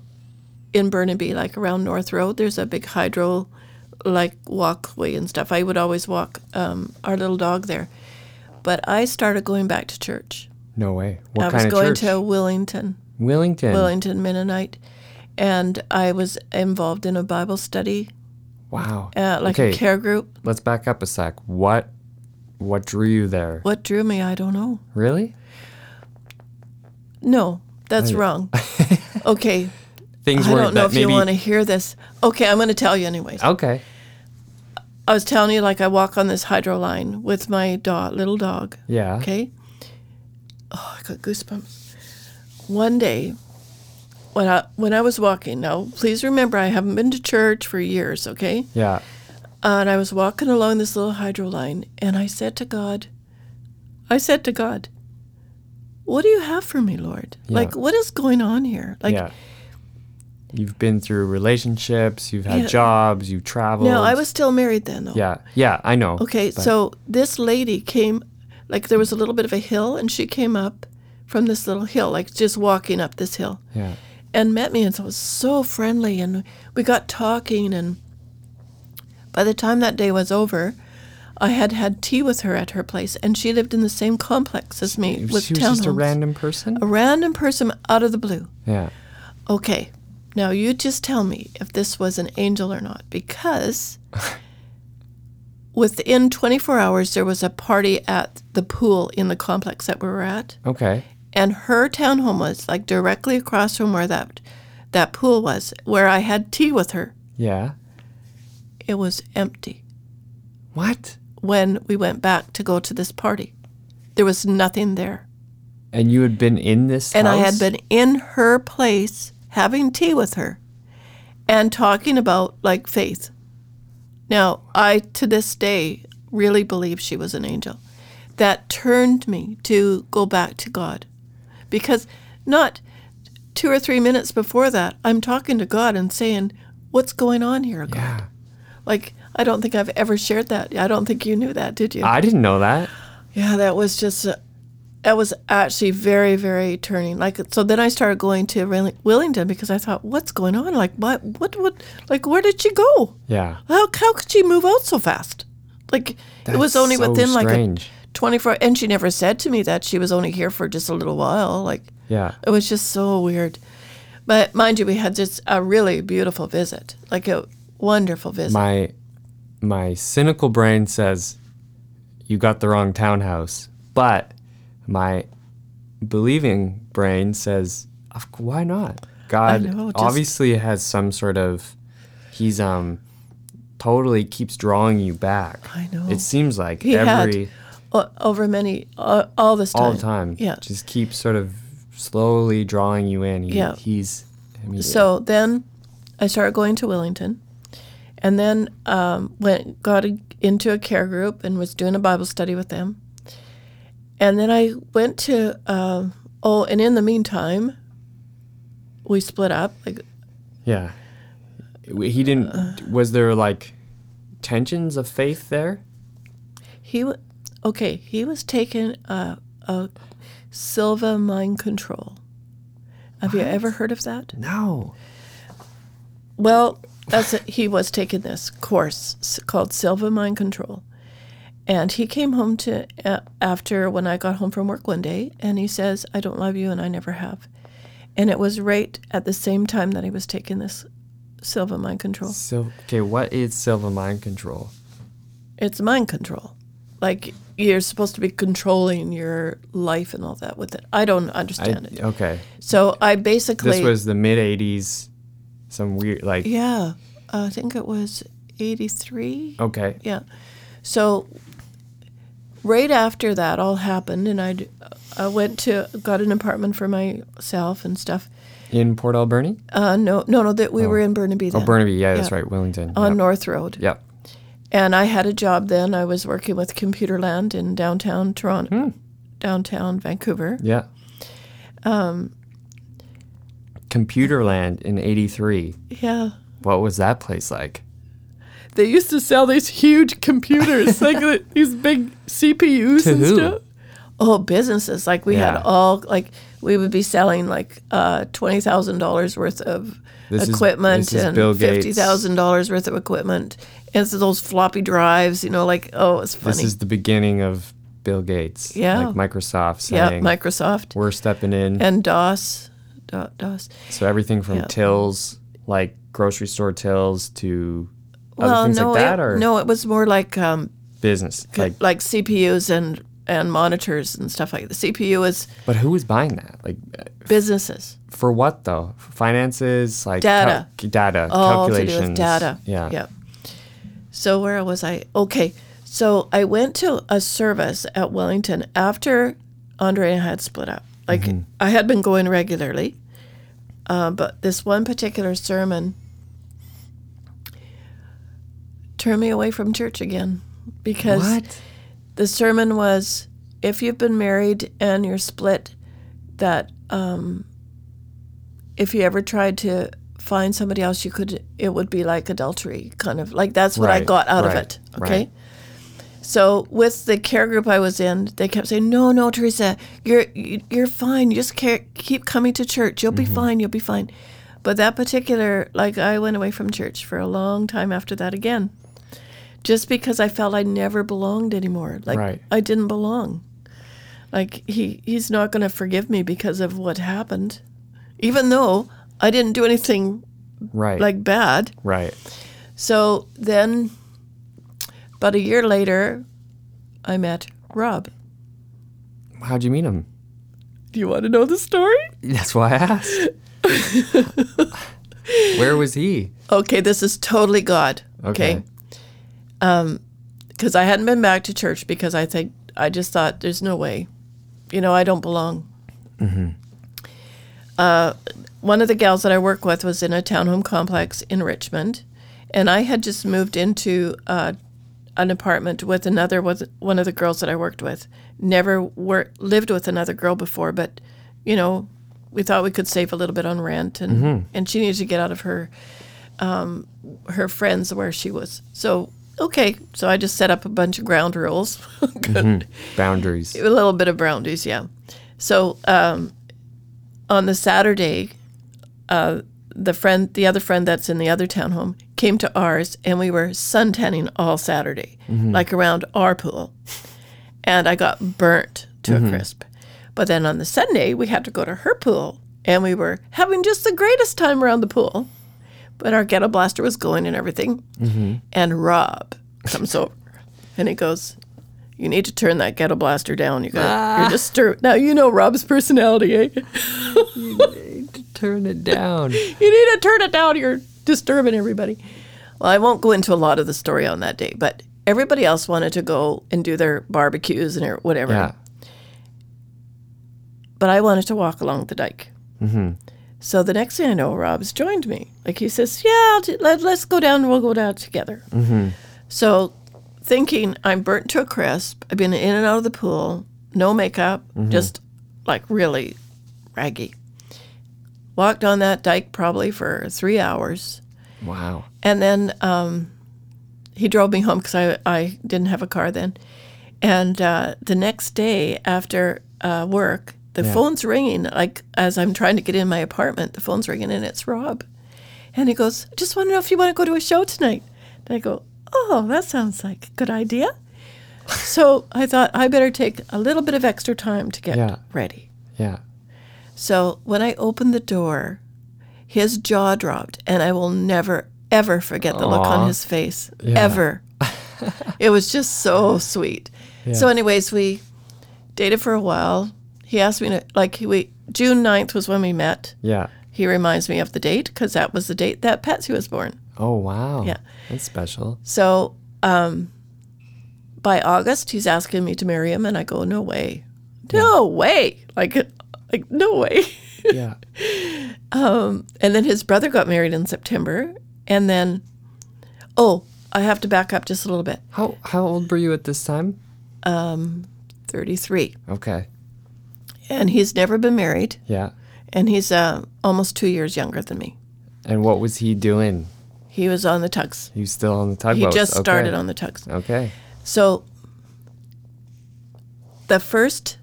B: in Burnaby, like around North Road. There's a big hydro like walkway and stuff. I would always walk um, our little dog there. But I started going back to church.
A: no way. What
B: I
A: kind
B: was
A: of
B: going
A: church?
B: to Willington.
A: Willington.
B: Wellington Mennonite, and I was involved in a Bible study,
A: Wow.
B: uh, like
A: okay,
B: a care group.
A: let's back up a sec. What what drew you there?
B: What drew me, I don't know.
A: Really?
B: No, that's wrong. okay,
A: Things
B: I
A: were
B: don't know
A: that
B: if
A: maybe
B: you want to hear this. Okay, I'm going to tell you anyways.
A: Okay.
B: I was telling you, like, I walk on this hydro line with my dog, little dog.
A: Yeah.
B: Okay. Oh, I got goosebumps. One day, when I when I was walking, now please remember, I haven't been to church for years. Okay.
A: Yeah.
B: and I was walking along this little hydro line, and I said to God, I said to God, what do you have for me, Lord? Like, what is going on here? Like,
A: yeah. You've been through relationships, you've had
B: Yeah.
A: jobs, you've traveled.
B: no, I was still married then, though.
A: Yeah. Yeah, I know.
B: Okay, so this lady came, like, there was a little bit of a hill, and she came up from this little hill, like, just walking up this hill.
A: Yeah.
B: and met me and so was so friendly and we got talking and by the time that day was over i had had tea with her at her place and she lived in the same complex as me
A: She
B: with
A: was just a
B: townhomes. Oh.
A: random person?
B: a random person out of the blue
A: Yeah.
B: okay now you just tell me if this was an angel or not because within 24 hours there was a party at the pool in the complex that we were at
A: Okay.
B: and her townhome was like directly across from where that that pool was where i had tea with her
A: Yeah.
B: it was empty
A: What?
B: when we went back to go to this party there was nothing there
A: And you had been in this
B: and i
A: house?
B: had been in her place having tea with her and talking about like faith now i to this day really believe she was an angel that turned me to go back to god because not two or three minutes before that, I'm talking to God and saying, What's going on here, God?
A: Yeah.
B: Like, I don't think I've ever shared that. I don't think you knew that, did you?
A: I didn't know that.
B: yeah, that was just, uh, that was actually very, very turning. Like, so then I started going to Will- Willington because I thought, What's going on? Like, what, what, what, like, where did she go?
A: Yeah.
B: How, how could she move out so fast? Like, it was
A: That's
B: only
A: so
B: within like a
A: strange.
B: 24, and she never said to me that she was only here for just a little while. Like,
A: Yeah.
B: it was just so weird. But mind you, we had just a really beautiful visit, like a wonderful visit.
A: My my cynical brain says you got the wrong townhouse, but my believing brain says of c- why not? God
B: know, just-
A: obviously has some sort of he's um totally keeps drawing you back.
B: I know.
A: It seems like
B: He had
A: every
B: o- over many, uh, all this time.
A: all the time.
B: Yeah.
A: Just keeps sort of slowly drawing you in. He,
B: Yeah.
A: He's I mean
B: So then I started going to Willington and then um, went, got a, into a care group and was doing a Bible study with them. And then I went to, um oh, and in the meantime, we split up. Like,
A: Yeah. W- He
B: Uh.
A: didn't. Was there like tensions of faith there?
B: He w- okay. He was taking a, a Silva mind control. Have you ever heard of that?
A: No.
B: Well, that's a, he was taking this course s- called Silva mind control, and he came home to a after when I got home from work one day, and he says, "I don't love you, and I never have," and it was right at the same time that he was taking this Silva mind control.
A: So okay, what is silver mind control?
B: it's mind control. Like you're supposed to be controlling your life and all that with it. I don't
A: I,
B: understand it.
A: okay,
B: So I basically
A: this was the mid '80s. Some weird like
B: yeah, I think it was 83.
A: okay,
B: Yeah. So right after that all happened and I I went to got an apartment for myself and stuff.
A: in Port Alberni
B: Uh no no no that we were in Burnaby then.
A: or Burnaby? Yeah, that's
B: Yeah.
A: right, Willington.
B: on
A: yep.
B: North Road.
A: yep.
B: And I had a job then. I was working with Computerland in downtown Toronto, downtown Vancouver.
A: Yeah.
B: Um,
A: Computerland in 83.
B: Yeah.
A: What was that place like?
B: They used to sell these huge computers, like the- these big CPUs
A: To
B: and
A: who?
B: stuff. Oh, businesses. Like we
A: Yeah.
B: had all, like, we would be selling like uh, $20,000 worth of
A: This is-
B: equipment
A: this is
B: and
A: Bill Gates.
B: $50,000 worth of equipment. And so those floppy drives, you know, like, oh, it's funny.
A: This is the beginning of Bill Gates.
B: Yeah.
A: Like Microsoft
B: yeah,
A: saying,
B: Microsoft
A: we're stepping in.
B: and DOS. Do- DOS.
A: so everything from
B: yeah.
A: tills, like grocery store tills, to
B: well,
A: other Oh, things
B: no,
A: like that,
B: it,
A: or
B: no, it was more like um,
A: business. Like,
B: like, CPUs and and monitors and stuff like that. The CPU is
A: but who was buying that? Like,
B: businesses.
A: for what though? Finances, like
B: Data.
A: cal- data,
B: All Oh, to
A: calculations,
B: do with data.
A: Yeah.
B: Yeah. So where was I? Okay. So I went to a service at Wellington after Andrea had split up. Like
A: Mm-hmm.
B: I had been going regularly, uh, but this one particular sermon turned me away from church again because
A: What?
B: the sermon was if you've been married and you're split that um, if you ever tried to find somebody else you could it would be like adultery kind of like that's what i
A: Right,
B: got out of
A: right,
B: it
A: right.
B: okay so with the care group i was in they kept saying no no teresa you're you- you're fine just care, keep coming to church you'll be fine you'll be fine but that particular like i went away from church for a long time after that again just because I felt I never belonged anymore. Like
A: Right.
B: I didn't belong. Like he he's not going to forgive me because of what happened, even though I didn't do anything
A: Right.
B: like bad.
A: right.
B: So then, about a year later, I met Rob.
A: How'd you meet him?
B: Do you want to know the story?
A: That's why I asked. Where was he?
B: Okay, this is totally God. Okay.
A: Okay.
B: because I hadn't been back to church because I think I just thought there's no way, you know, I don't belong. Uh, one of the gals that I work with was in a townhome complex in Richmond, and I had just moved into uh, an apartment with another with one of the girls that I worked with. Never wor- lived with another girl before, but you know, we thought we could save a little bit on rent, and and she needed to get out of her her friends where she was. So okay, so I just set up a bunch of ground rules,
A: Boundaries.
B: a little bit of brownies, yeah. So um, on the Saturday, uh, the friend, the other friend that's in the other townhome, came to ours, and we were suntanning all Saturday, like around our pool, and I got burnt to a crisp. But then on the Sunday, we had to go to her pool, and we were having just the greatest time around the pool. But our ghetto blaster was going and everything, and Rob comes over, and he goes, you need to turn that ghetto blaster down. You got you're just stir- now you know Rob's personality, eh?
A: Turn it down.
B: You need to turn it down, you're disturbing everybody. Well, I won't go into a lot of the story on that day, but everybody else wanted to go and do their barbecues and their whatever.
A: Yeah.
B: But I wanted to walk along the dike. So the next thing I know, Rob's joined me. Like he says, "Yeah, I'll t- let, let's go down. and We'll go down together." So, thinking I'm burnt to a crisp. I've been in and out of the pool, no makeup, just like really raggy. Walked on that dike probably for three hours,
A: Wow.
B: and then um, he drove me home because I I didn't have a car then. And uh, the next day after uh, work, the phone's ringing. Like as I'm trying to get in my apartment, the phone's ringing, and it's Rob. And he goes, "I "Just want to know if you want to go to a show tonight." And I go, "Oh, that sounds like a good idea." so I thought I better take a little bit of extra time to get
A: Yeah.
B: ready.
A: Yeah.
B: So when I opened the door, his jaw dropped, and I will never, ever forget the look on his face. Ever. it was just so sweet. So, anyways, we dated for a while. He asked me to, like, we, June 9th was when we met.
A: Yeah.
B: He reminds me of the date because that was the date that Patsy was born.
A: Oh wow.
B: Yeah.
A: That's special.
B: So, um, by August, he's asking me to marry him, and I go, no way. No way. Like, like no way.
A: Yeah.
B: And then his brother got married in September. And then, oh, I have to back up just a little bit.
A: How how old were you at this time?
B: 33.
A: Okay.
B: and he's never been married,
A: Yeah.
B: and he's uh, almost two years younger than me.
A: And what was he doing?
B: He was on the tugs.
A: He was still on the
B: He
A: tugboat.
B: just
A: Okay.
B: started on the tugs.
A: Okay.
B: So the first,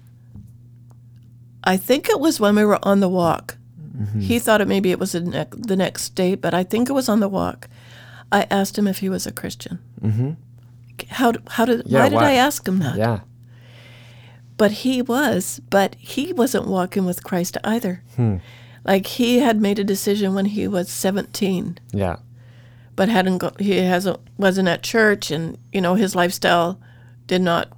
B: I think it was when we were on the walk.
A: Mm-hmm.
B: He thought it maybe it was the, ne- the next day, but I think it was on the walk. I asked him if he was a Christian. Mm-hmm. How, d- how did
A: Yeah,
B: why did
A: why?
B: I ask him that?
A: Yeah.
B: But he was, but he wasn't walking with Christ either.
A: Hmm.
B: Like he had made a decision when he was 17,
A: Yeah.
B: but hadn't go, he hasn't wasn't at church and you know his lifestyle did not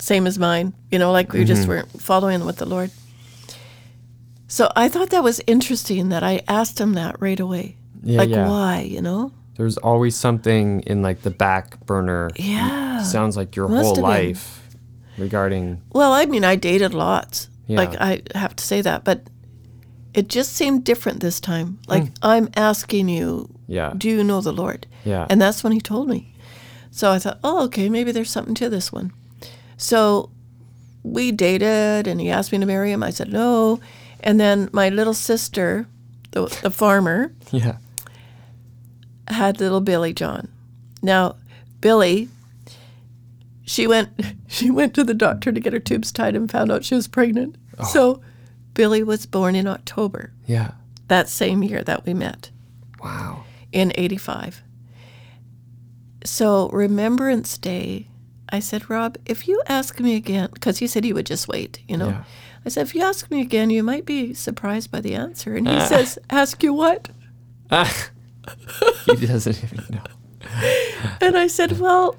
B: same as mine, you know, like we
A: Mm-hmm.
B: just weren't following with the Lord. So I thought that was interesting that I asked him that right away.
A: Yeah,
B: like
A: yeah.
B: why, you know?
A: There's always something in like the back burner.
B: Yeah.
A: Sounds like your
B: Must
A: whole
B: have been.
A: life regarding.
B: Well, I mean, I dated lots.
A: Yeah.
B: Like I have to say that, but it just seemed different this time. Like
A: Mm.
B: I'm asking you,
A: Yeah.
B: do you know the Lord?
A: Yeah.
B: And that's when he told me. So I thought, oh, okay, maybe there's something to this one. So we dated, and he asked me to marry him. I said no, and then my little sister, the, the farmer,
A: yeah.
B: had little Billy John. Now, Billy, she went she went to the doctor to get her tubes tied and found out she was pregnant. So, Billy was born in October
A: Yeah.
B: that same year that we met
A: Wow.
B: in 85. So, Remembrance Day, I said, Rob, if you ask me again, because he said he would just wait, you know.
A: Yeah.
B: I said, if you ask me again, you might be surprised by the answer. And he says, ask you what?
A: Ah. he doesn't even know.
B: And I said, well,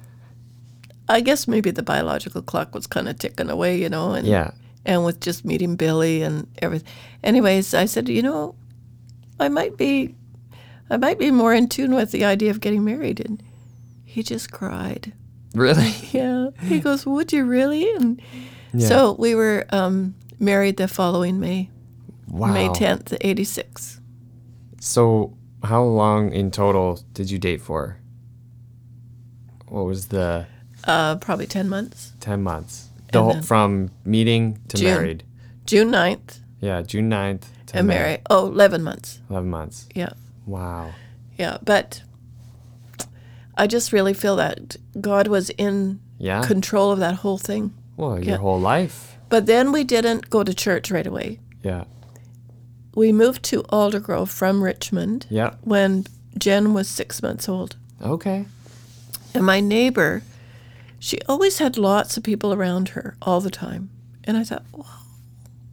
B: I guess maybe the biological clock was kind of ticking away, you know, and
A: Yeah.
B: and with just meeting Billy and everything. Anyways, I said, you know, I might be, I might be more in tune with the idea of getting married. And he just cried.
A: Really?
B: Yeah, he goes, would you really? And so we were um, married the following May,
A: Wow.
B: May tenth, eighty six.
A: So, how long in total did you date for? What was the
B: Uh, probably ten months.
A: 10 months? The whole,
B: then-
A: from meeting to
B: June.
A: married.
B: June 9th
A: Yeah, June 9th to
B: and
A: mar-
B: married. Oh, 11 months.
A: 11 months.
B: Yeah.
A: Wow.
B: Yeah, but I just really feel that God was in
A: Yeah.
B: control of that whole thing.
A: well, your
B: yeah.
A: whole life.
B: But then we didn't go to church right away.
A: Yeah.
B: We moved to Aldergrove from Richmond
A: Yeah.
B: when Jen was six months old.
A: Okay.
B: And my neighbor, she always had lots of people around her all the time. And I thought, wow,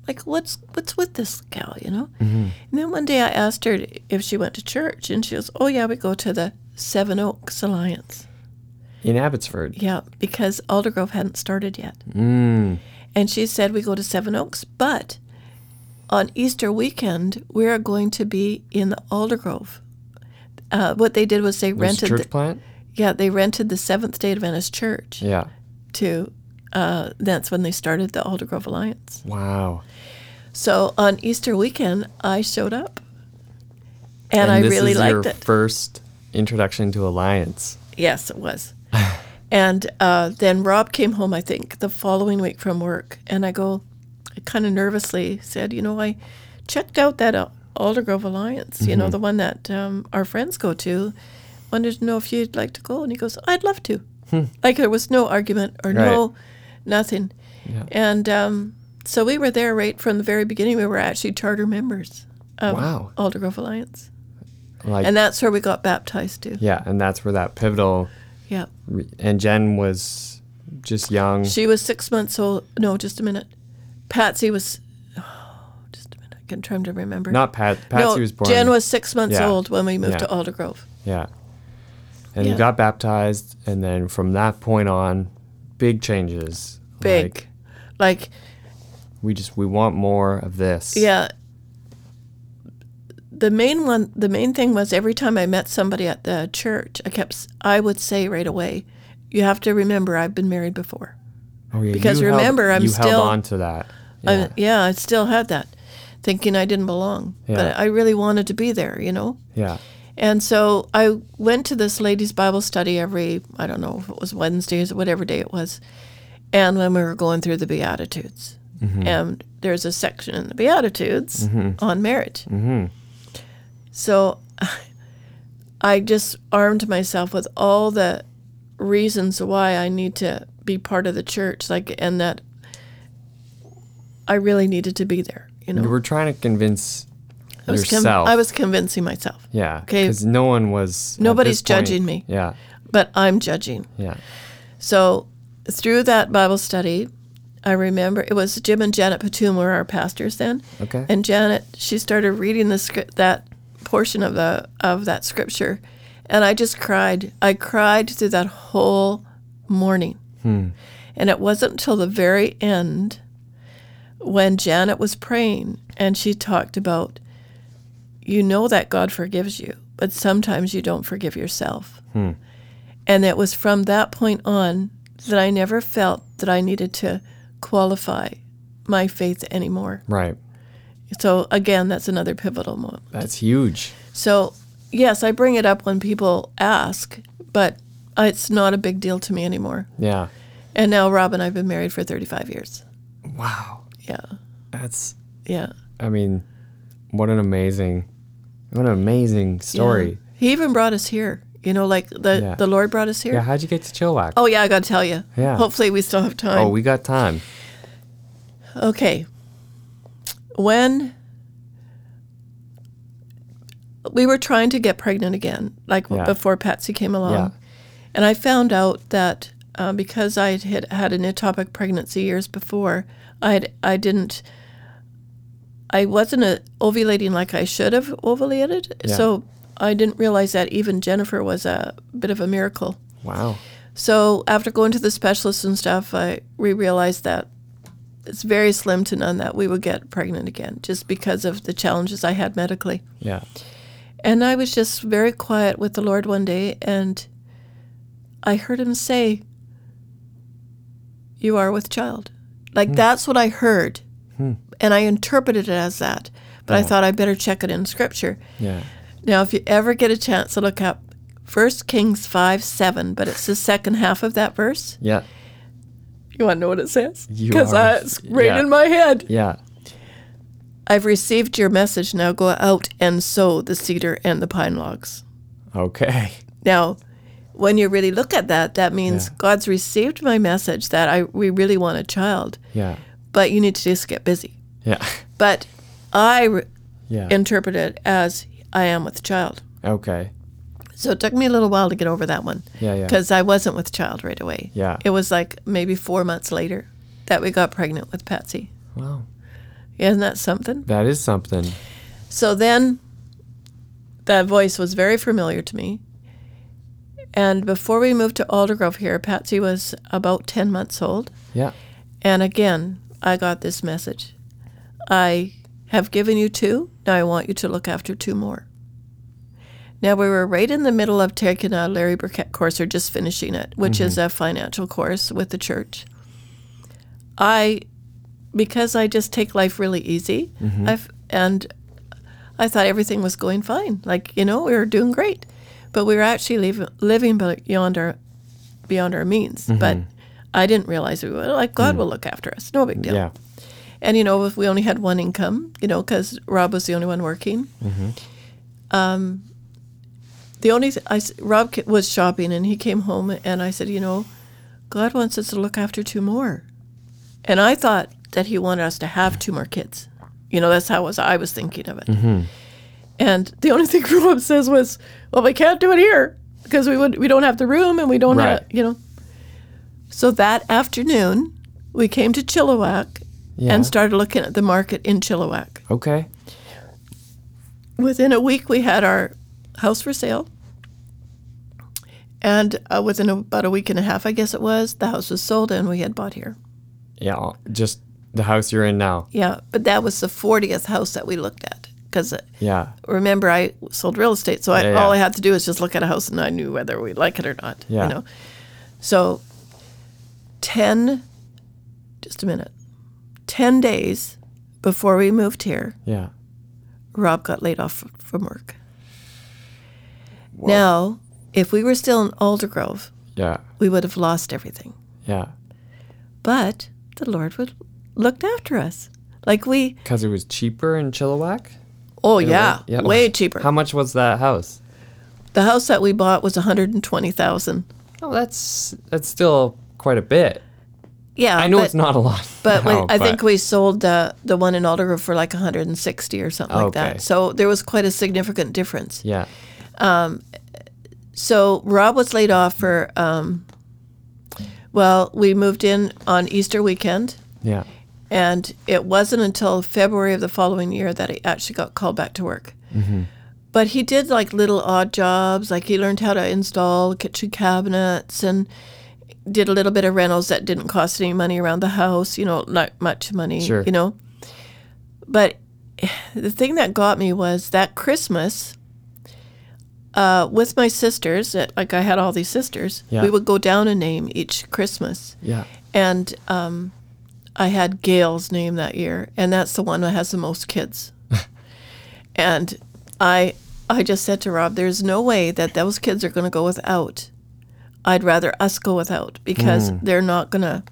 B: like what's what's with this gal, you know? And then one day I asked her if she went to church, and she goes, "Oh yeah, we go to the Seven Oaks Alliance."
A: In Abbotsford.
B: Yeah, because Aldergrove hadn't started yet.
A: Mm.
B: And she said, We go to Seven Oaks, but on Easter weekend, we are going to be in the Aldergrove. Uh, what they did was they
A: There's a
B: rented,
A: church
B: the,
A: plant?
B: yeah, they rented the Seventh Day Adventist Church
A: Yeah.
B: to. Uh, that's when they started the Aldergrove Alliance.
A: Wow.
B: So on Easter weekend, I showed up, and, I
A: this
B: really
A: is
B: liked
A: your
B: it.
A: first introduction to Alliance.
B: Yes, it was. and uh, then Rob came home, I think, the following week from work. And I go, I kind of nervously said, You know, I checked out that uh, Aldergrove Alliance, you know, the one that um, our friends go to. Wanted to know if you'd like to go. And he goes, I'd love to. Like there was no argument or no nothing. And um, so we were there right from the very beginning. We were actually charter members of
A: Wow.
B: Aldergrove Alliance.
A: Like,
B: Um, And that's where we got baptized too.
A: yeah. And that's where that pivotal.
B: Yeah.
A: Re- and Jen was just young.
B: She was six months old. No, just a minute. Patsy was. Oh, just a minute. I'm trying to remember.
A: Not Pat. Patsy
B: no,
A: was born.
B: Jen was six months
A: Yeah.
B: old when we moved
A: Yeah.
B: to Aldergrove.
A: Yeah. And you
B: Yeah.
A: got baptized, and then from that point on, big changes.
B: Big.
A: Like,
B: Like,
A: we just we want more of this.
B: yeah. The main one, the main thing was every time I met somebody at the church, I kept, s- I would say right away, you have to remember I've been married before.
A: Oh, yeah,
B: Because
A: you held-
B: remember, I'm
A: you
B: still-
A: held on to that. Yeah.
B: I, yeah, I still had that, thinking I didn't belong.
A: Yeah.
B: But I really wanted to be there, you know?
A: yeah.
B: And so I went to this ladies' Bible study every, I don't know if it was Wednesdays or whatever day it was. And when we were going through the Beatitudes, and there's a section in the Beatitudes on marriage. So I just armed myself with all the reasons why I need to be part of the church, like, and that I really needed to be there. You know,
A: You were trying to convince
B: I was, con-
A: yourself.
B: I was convincing myself,
A: yeah.
B: 'kay.
A: Because no one was. at
B: Nobody's
A: this point-
B: judging me.
A: Yeah.
B: but I'm judging.
A: Yeah.
B: So through that Bible study, I remember it was Jim and Janet Patum were our pastors then.
A: Okay.
B: And Janet, she started reading the script, that portion of the of that scripture, and I just cried. I cried through that whole morning, and it wasn't until the very end when Janet was praying and she talked about, you know that God forgives you, but sometimes you don't forgive yourself. And it was from that point on that I never felt that I needed to qualify my faith anymore.
A: Right.
B: So again, that's another pivotal moment.
A: That's huge.
B: So yes, I bring it up when people ask, but it's not a big deal to me anymore.
A: Yeah.
B: And now Rob and I've been married for 35 years.
A: Wow.
B: Yeah.
A: That's.
B: Yeah.
A: I mean, what an amazing, what an amazing story.
B: Yeah. He even brought us here. You know, like the
A: Yeah.
B: the Lord brought us
A: Yeah.
B: here.
A: how'd you get to Chilliwack?
B: Oh yeah, I got to tell you.
A: Yeah.
B: Hopefully we still have time.
A: Oh, we got time.
B: Okay. When we were trying to get pregnant again, like
A: Yeah.
B: before Patsy came along,
A: Yeah.
B: and I found out that uh, because I had hit- had an ectopic pregnancy years before, I had, I didn't. I wasn't uh ovulating like I should have ovulated,
A: Yeah.
B: so I didn't realize that even Jennifer was a bit of a miracle.
A: Wow.
B: So after going to the specialists and stuff, I we realized that it's very slim to none that we would get pregnant again, just because of the challenges I had medically.
A: Yeah.
B: And I was just very quiet with the Lord one day, and I heard Him say, "You are with child." Like that's what I heard, and I interpreted it as that. But I thought I better check it in Scripture.
A: Yeah.
B: Now, if you ever get a chance to look up First Kings five seven, but it's the second half of that verse.
A: Yeah.
B: You want to know what it says?
A: You
B: Because
A: are-
B: that's right
A: yeah.
B: in my head.
A: Yeah.
B: I've received your message. Now go out and sow the cedar and the pine logs.
A: Okay.
B: Now, when you really look at that, that means
A: Yeah.
B: God's received my message that I we really want a child,
A: Yeah.
B: but you need to just get busy.
A: Yeah.
B: But I re-
A: Yeah.
B: interpret it as I am with child.
A: okay.
B: So it took me a little while to get over that one.
A: Yeah, yeah.
B: Because I wasn't with child right away.
A: Yeah.
B: It was like maybe four months later that we got pregnant with Patsy.
A: Wow.
B: Isn't that something?
A: That is something.
B: So then that voice was very familiar to me. And before we moved to Aldergrove here, Patsy was about 10 months old.
A: Yeah.
B: And again, I got this message I have given you two. Now I want you to look after two more. Now we were right in the middle of taking a Larry Burkett course or just finishing it, which is a financial course with the church. I, because I just take life really easy, I've, and I thought everything was going fine. Like, you know, we were doing great, but we were actually leave, living beyond our, beyond our means. But I didn't realize we were like, God will look after us. No big deal.
A: Yeah.
B: And you know, if we only had one income, you know, because Rob was the only one working. Um, the only th- I s- Rob ca- was shopping, and he came home, and I said, you know, God wants us to look after two more, and I thought that He wanted us to have two more kids. You know, that's how was I was thinking of it.
A: Mm-hmm.
B: And the only thing Rob says was, "Well, we can't do it here because we would we don't have the room, and we don't
A: Right.
B: have you know." So that afternoon, we came to Chilliwack
A: Yeah.
B: and started looking at the market in Chilliwack.
A: okay.
B: Within a week, we had our house for sale. And uh, within about a week and a half, I guess it was, the house was sold and we had bought here.
A: Yeah. Just the house you're in now.
B: Yeah, but that was the 40th house that we looked at. Because
A: Yeah.
B: remember, I sold real estate, so I,
A: Yeah, yeah.
B: all I had to do was just look at a house and I knew whether we like it or not.
A: Yeah.
B: You know? So, 10, just a minute, 10 days before we moved here,
A: Yeah.
B: Rob got laid off f- from work. Now, if we were still in Aldergrove,
A: Yeah.
B: we would have lost everything.
A: Yeah.
B: But the Lord would looked after us. Like we,
A: Because it was cheaper in Chilliwack?
B: oh yeah, way cheaper.
A: How much was that house?
B: the house that we bought was 120,000.
A: Oh, that's that's still quite a bit.
B: Yeah,
A: I know
B: but,
A: it's not a lot.
B: But we-
A: now,
B: I think we sold uh, the one in Aldergrove for like 160 or something like
A: Okay.
B: that. So there was quite a significant difference.
A: yeah,
B: So Rob was laid off for, um, well, we moved in on Easter weekend,
A: yeah.
B: and it wasn't until February of the following year that he actually got called back to work.
A: Mm-hmm.
B: But he did like little odd jobs, like he learned how to install kitchen cabinets and did a little bit of rentals that didn't cost any money around the house, you know, not much money,
A: Sure.
B: you know. But the thing that got me was that Christmas uh, with my sisters, uh, like I had all these sisters,
A: Yeah.
B: we would go down a name each Christmas.
A: Yeah.
B: And um, I had Gail's name that year, and that's the one that has the most kids. and I, I just said to Rob, "There's no way that those kids are going to go without. I'd rather us go without because they're not going to."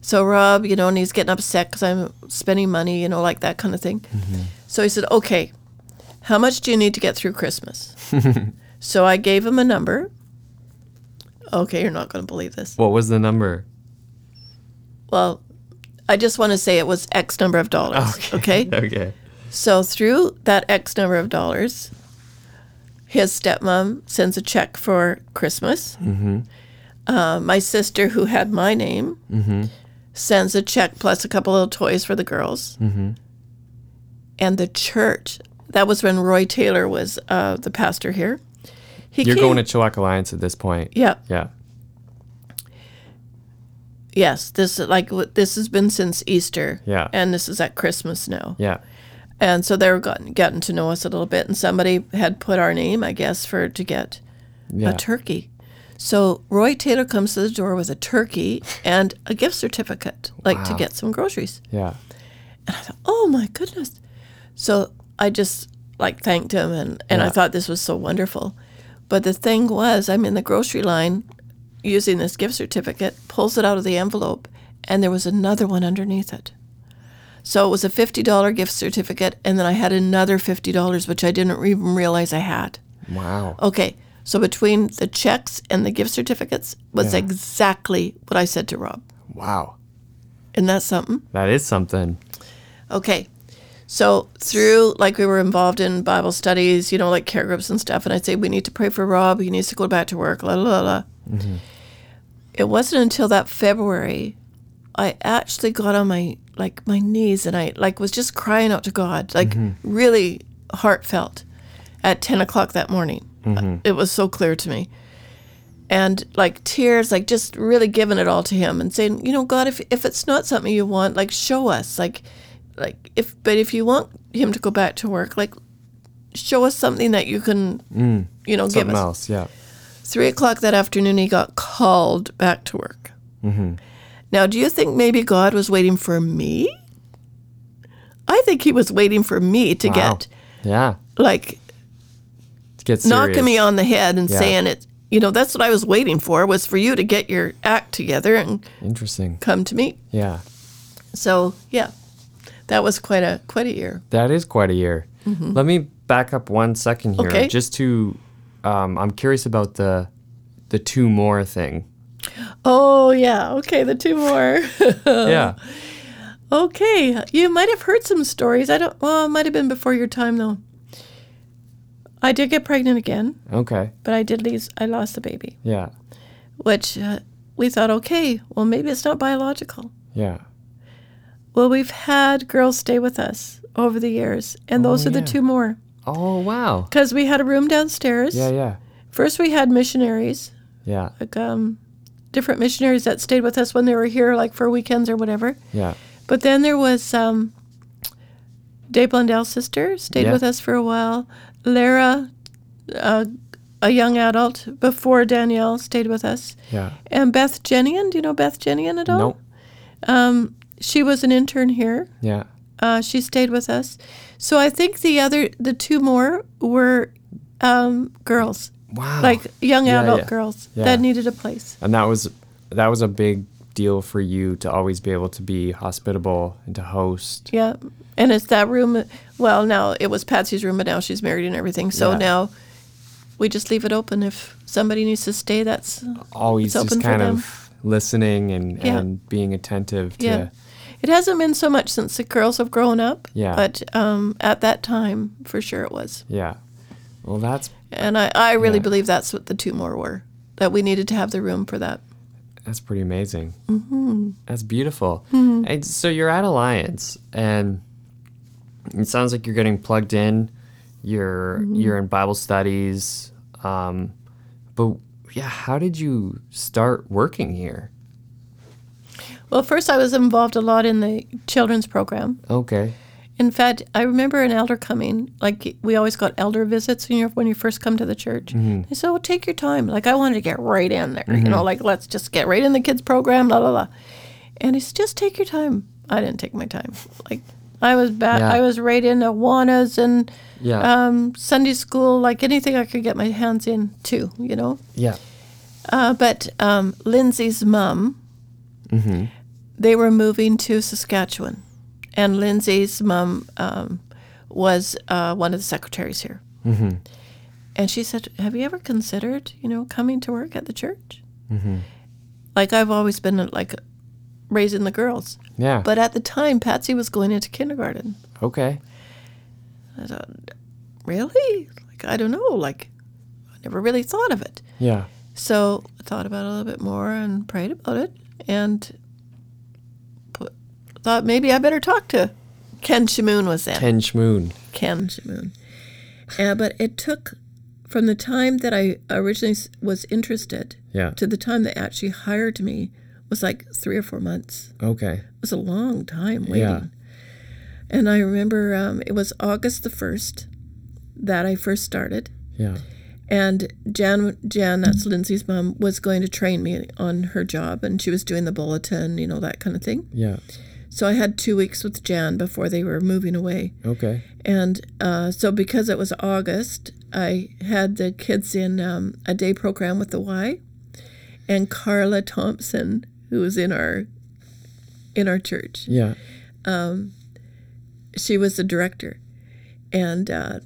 B: So Rob, you know, and he's getting upset because I'm spending money, you know, like that kind of thing. So he said, "Okay, how much do you need to get through Christmas?" so I gave him a number. Okay, you're not going to believe this.
A: What was the number?
B: Well, I just want to say it was X number of dollars. Okay.
A: Oh, Okay.
B: So through that X number of dollars, his stepmom sends a check for Christmas. Mm-hmm. Uh, my sister, who had my name,
A: Mm-hmm.
B: sends a check plus a couple of toys for the girls. Mm-hmm. And the church. That was when Roy Taylor was uh, the pastor here. He
A: You're
B: came-
A: going to Chilliwack Alliance at this point.
B: yeah.
A: Yeah.
B: Yes. This like w- this has been since Easter.
A: Yeah.
B: And this is at Christmas now.
A: Yeah.
B: And so they were gotten, gotten to know us a little bit, and somebody had put our name, I guess, for to get
A: Yeah.
B: a turkey. So Roy Taylor comes to the door with a turkey and a gift certificate, like to
A: Wow.
B: get some groceries.
A: yeah.
B: Oh my goodness! So I just like thanked him, and and I
A: Yeah.
B: thought this was so wonderful. But the thing was, I'm in the grocery line, using this gift certificate, pulls it out of the envelope, and there was another one underneath it. So it was a $50 gift certificate, and then I had another $50, which I didn't even realize I had.
A: Wow.
B: Okay, so between the checks and the gift certificates was exactly what I said to Rob.
A: Wow.
B: Isn't that something?
A: That is something.
B: Okay. So through like we were involved in Bible studies, you know, like care groups and stuff, and I'd say we need to pray for Rob. He needs to go back to work. La la la. la. It wasn't until that February, I actually got on my like my knees and I like was just crying out to God, like really heartfelt, at ten o'clock that morning. It was so clear to me, and like tears, like just really giving it all to Him and saying, you know, God, if if it's not something you want, like show us, like like if but if you want him to go back to work like show us something that you can you know give
A: Something else.
B: us
A: Yeah.
B: three o'clock that afternoon he got called back to work
A: Mm-hmm.
B: now do you think maybe god was waiting for me i think he was waiting for me to
A: Wow.
B: get
A: Yeah.
B: like
A: To get serious.
B: knocking me on the head and
A: Yeah.
B: saying it you know that's what i was waiting for was for you to get your act together and
A: Interesting.
B: come to me
A: Yeah.
B: so yeah that was quite a quite a year
A: That is quite a year. Let me back up one second here,
B: Mm-hmm. Okay.
A: just to. Um, I'm curious about the, the two more thing.
B: oh yeah okay the two more Uh.
A: yeah.
B: Okay, you might have heard some stories. I don't. Well, it might have been before your time though. I did get pregnant again,
A: Okay.
B: but I did lose. I lost the baby,
A: Yeah.
B: which uh, we thought, okay, well maybe it's not biological.
A: Yeah.
B: Well, we've had girls stay with us over the years, and those are the
A: yeah.
B: two more
A: Oh wow.
B: because we had a room downstairs.
A: Yeah. Yeah.
B: First, we had missionaries,
A: Yeah.
B: like um, different missionaries that stayed with us when they were here, like for weekends or whatever.
A: Yeah.
B: But then there was um, Dave Blundell's sister stayed
A: Yeah.
B: with us for a while. Lara, uh, a young adult before Danielle, stayed with us.
A: Yeah.
B: And Beth Jennian, do you know Beth Jennian at all?
A: Nope.
B: She was an intern here.
A: Yeah.
B: Uh, she stayed with us. So I think the other, the two more were um, girls,
A: Wow.
B: like young
A: Oh. Yeah,
B: adult
A: yeah.
B: girls
A: Yeah.
B: that needed a place.
A: and that was that was a big deal for you to always be able to be hospitable and to host.
B: Yeah. And it's that room. Well, now it was Patsy's room, but now she's married and everything. So
A: Yeah.
B: now we just leave it open. If somebody needs to stay, that's
A: Always
B: It's
A: just
B: open for
A: kind
B: them.
A: of listening and,
B: Yeah.
A: and being attentive to.
B: yeah. It hasn't been so much since the girls have grown up.
A: Yeah.
B: But um, at that time, for sure it was.
A: Yeah. Well, that's
B: And I, I really
A: Yeah.
B: believe that's what the two more were, that we needed to have the room for that.
A: that's pretty amazing. Mm-hmm. That's beautiful.
B: Mm-hmm.
A: And so you're at Alliance, and it sounds like you're getting plugged in. You're
B: Mm-hmm.
A: you're in Bible studies, um, but yeah, how did you start working here?
B: Well, first, I was involved a lot in the children's program.
A: Okay.
B: In fact, I remember an elder coming. Like we always got elder visits when you when you first come to the church. They said, "Well, take your time." Like I wanted to get right in there, you know, like let's just get right in the kids program, la la la. And he said, "Just take your time." I didn't take my time. Like I was back.
A: Yeah.
B: I was right in Awanas and
A: Yeah.
B: um, Sunday school, like anything I could get my hands in too, you know.
A: yeah.
B: Uh, but um, Lindsay's mom, they were moving to Saskatchewan, and Lindsay's mom um, was uh, one of the secretaries here. Mm-hmm. And she said, "Have you ever considered, you know, coming to work at the church?" Like I've always been like raising the girls,
A: Yeah.
B: but at the time Patsy was going into kindergarten.
A: okay.
B: I thought, really? Like I don't know. Like I never really thought of it.
A: Yeah.
B: So I thought about it a little bit more and prayed about it and put, thought maybe I better talk to Ken Shamoon was that.
A: Ken Schmoon.
B: Ken Shamoon. Uh, but it took from the time that I originally s- was interested
A: Yeah.
B: to the time they actually hired me was like three or four months.
A: Okay.
B: It was a long time waiting. And I remember um, it was August the 1st that I first started
A: Yeah.
B: and Jan, Jan, that's Lindsay's mom, was going to train me on her job, and she was doing the bulletin, you know, that kind of thing.
A: Yeah.
B: So I had two weeks with Jan before they were moving away,
A: Okay.
B: and uh, so because it was August, I had the kids in um, a day program with the Y, and Carla Thompson, who was in our in our church,
A: Yeah.
B: she was the director, and uh,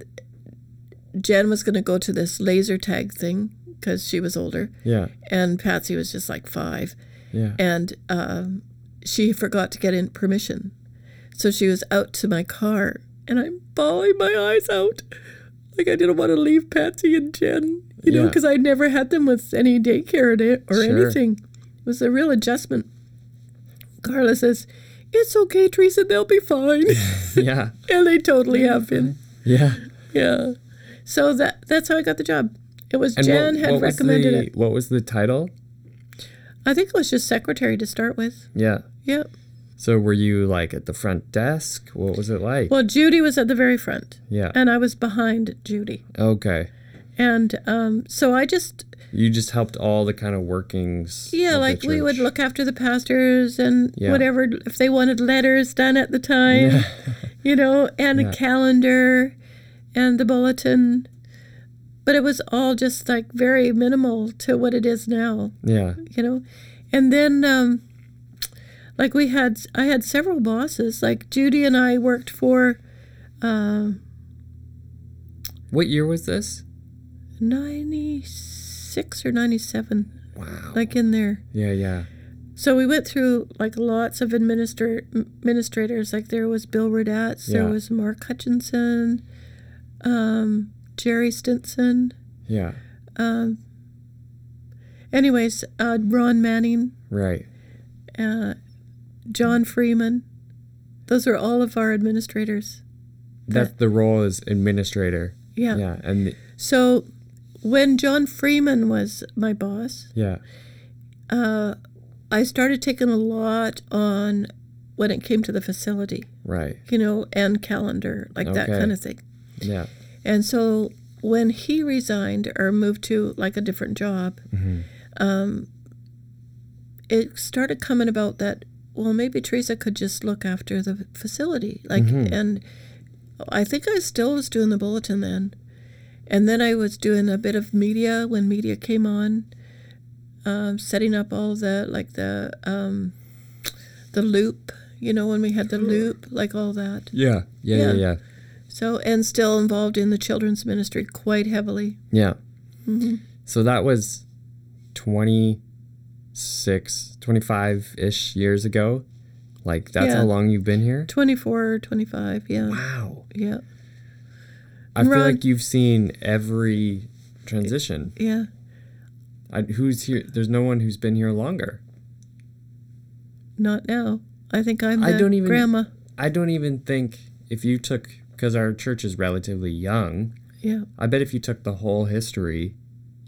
B: Jen was going to go to this laser tag thing because she was older.
A: Yeah.
B: and Patsy was just like five,
A: Yeah.
B: and um, she forgot to get in permission, so she was out to my car, and I'm bawling my eyes out, like I didn't want to leave Patsy and Jen, you know,
A: Yeah.
B: because I never had them with any daycare or, da- or
A: Sure.
B: anything. It was a real adjustment. Carla says, "It's okay, Teresa. They'll be fine,"
A: Yeah.
B: and they totally have been.
A: Yeah.
B: Yeah, so that that's how I got the job. It was
A: And
B: Jan had
A: was
B: recommended
A: the-
B: it.
A: What was the title?
B: I think it was just secretary to start with.
A: Yeah.
B: Yeah.
A: So were you like at the front desk? What was it like?
B: Well, um, Judy was at the very front,
A: yeah.
B: and I was behind Judy,
A: okay.
B: and um, so I just
A: You just helped all the kind of workings. of
B: yeah,
A: the
B: like we would
A: church.
B: look after the pastors and
A: Yeah.
B: whatever if they wanted letters done at the time, you know, and a calendar, and the bulletin. But it was all just like very minimal to what it is now,
A: Yeah.
B: you know, and then um, like we had I had several bosses. Like Judy and I worked for. Um,
A: What year was this?
B: 96 or 97
A: Wow.
B: like in there
A: Yeah. Yeah.
B: so we went through like lots of administer- administrators like there was bill radatz there
A: Yeah.
B: was mark hutchinson um, jerry stinson
A: Yeah.
B: um, anyways uh, ron manning
A: Right.
B: uh, john freeman those are all of our administrators
A: That's the role as administrator.
B: yeah,
A: Yeah. And the-
B: so when john freeman was my boss
A: yeah.
B: uh, I started taking a lot on when it came to the facility,
A: Right.
B: you know, and calendar, like that
A: Okay.
B: kind of thing.
A: Yeah.
B: And so when he resigned or moved to like a different job, um, it started coming about that well maybe Teresa could just look after the facility, like and I think I still was doing the bulletin then, and then I was doing a bit of media when media came on. um, setting up all the like the um, the loop. You know when we had the loop, like all that.
A: Yeah. Yeah. Yeah.
B: Yeah.
A: Yeah.
B: So and still involved in the children's ministry quite heavily.
A: Yeah. So that was 26, 25 ish years ago. Like, that's
B: Yeah.
A: how long you've been here?
B: 24, 25, yeah,
A: Wow.
B: yeah,
A: I feel
B: Right.
A: like you've seen every transition.
B: yeah.
A: I, who's here? There's no one who's been here longer.
B: Not now. I think I'm
A: I
B: the
A: don't even-
B: grandma.
A: I don't even think if you took, because our church is relatively young,
B: Yeah,
A: I bet if you took the whole history,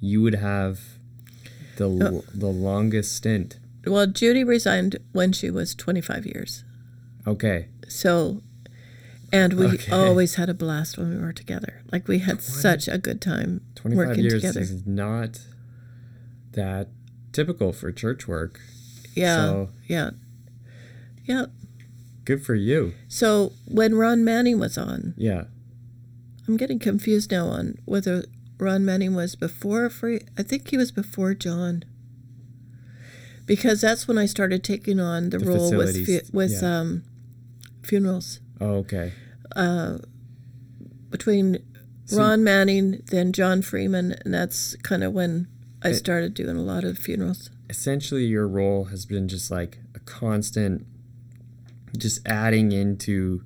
A: you would have the, l the longest stint.
B: Well, Judy resigned when she was 25 years.
A: Okay.
B: So, and we
A: Okay.
B: always had a blast when we were together. Like we had such a good time
A: 25
B: working
A: years
B: together.
A: is not that typical for church work.
B: Yeah.
A: so-
B: Yeah. Yeah.
A: Good for you.
B: So when Ron Manning was on,
A: Yeah.
B: I'm getting confused now on whether Ron Manning was before or free. I think he was before John. Because that's when I started taking on the,
A: The
B: role with fu-
A: facilities,
B: with
A: yeah.
B: um, funerals.
A: Oh, okay.
B: between Ron Manning, then John Freeman, and that's kind of when I started doing a lot of funerals.
A: Essentially, your role has been just like a constant, just adding into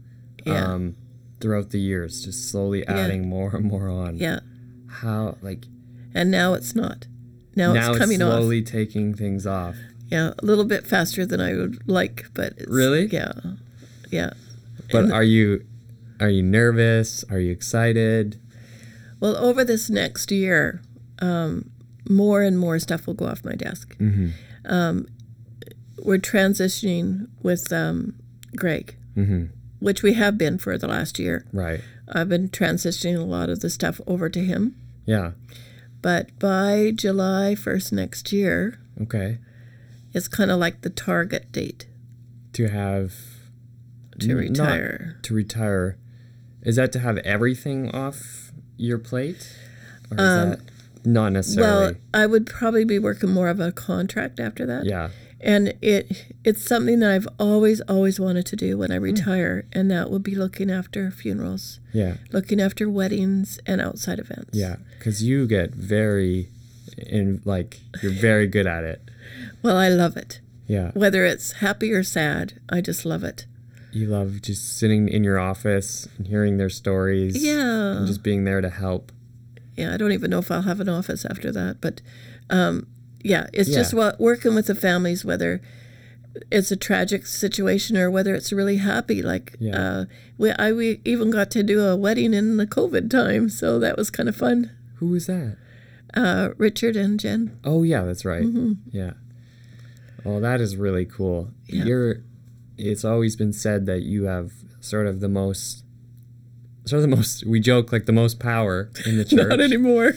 B: Yeah.
A: um, throughout the years, just slowly adding more and more on.
B: Yeah,
A: How, like,
B: and now it's not. Now,
A: now
B: it's
A: it's
B: coming off.
A: slowly taking things off.
B: Yeah, a little bit faster than I would like, but it's,
A: Really?
B: yeah, yeah.
A: But are you. Are you nervous? Are you excited?
B: Well, over this next year, um, more and more stuff will go off my desk. Um, we're transitioning with um, Greg, which we have been for the last year.
A: Right.
B: I've been transitioning a lot of the stuff over to him.
A: Yeah.
B: But by July 1st next year,
A: Okay.
B: it's kind of like the target date
A: To have
B: to
A: N- not-
B: retire.
A: to retire, is that to have everything off your plate, or is that not
B: Um, well,
A: necessarily?
B: I would probably be working more of a contract after that.
A: yeah,
B: And it it's something that I've always always wanted to do when
A: Hmm.
B: I retire, and that would be looking after funerals,
A: yeah,
B: looking after weddings and outside events.
A: yeah. Because you get very, in like you're very good at it.
B: Well, I love it.
A: Yeah,
B: Whether it's happy or sad, I just love it.
A: you love just sitting in your office and hearing their stories.
B: Yeah.
A: and just being there to help.
B: yeah, I don't even know if I'll have an office after that, but um, yeah, it's just
A: Yeah.
B: what working with the families, whether it's a tragic situation or whether it's really happy. Like
A: Yeah.
B: uh, we, I we even got to do a wedding in the COVID time, so that was kind of fun.
A: Who was that?
B: Uh, Richard and Jen,
A: Oh yeah, that's right. Yeah. Well, that is really cool. You're it's always been said that you have sort of the most sort of the most we joke like the most power in the
B: not
A: church.
B: anymore.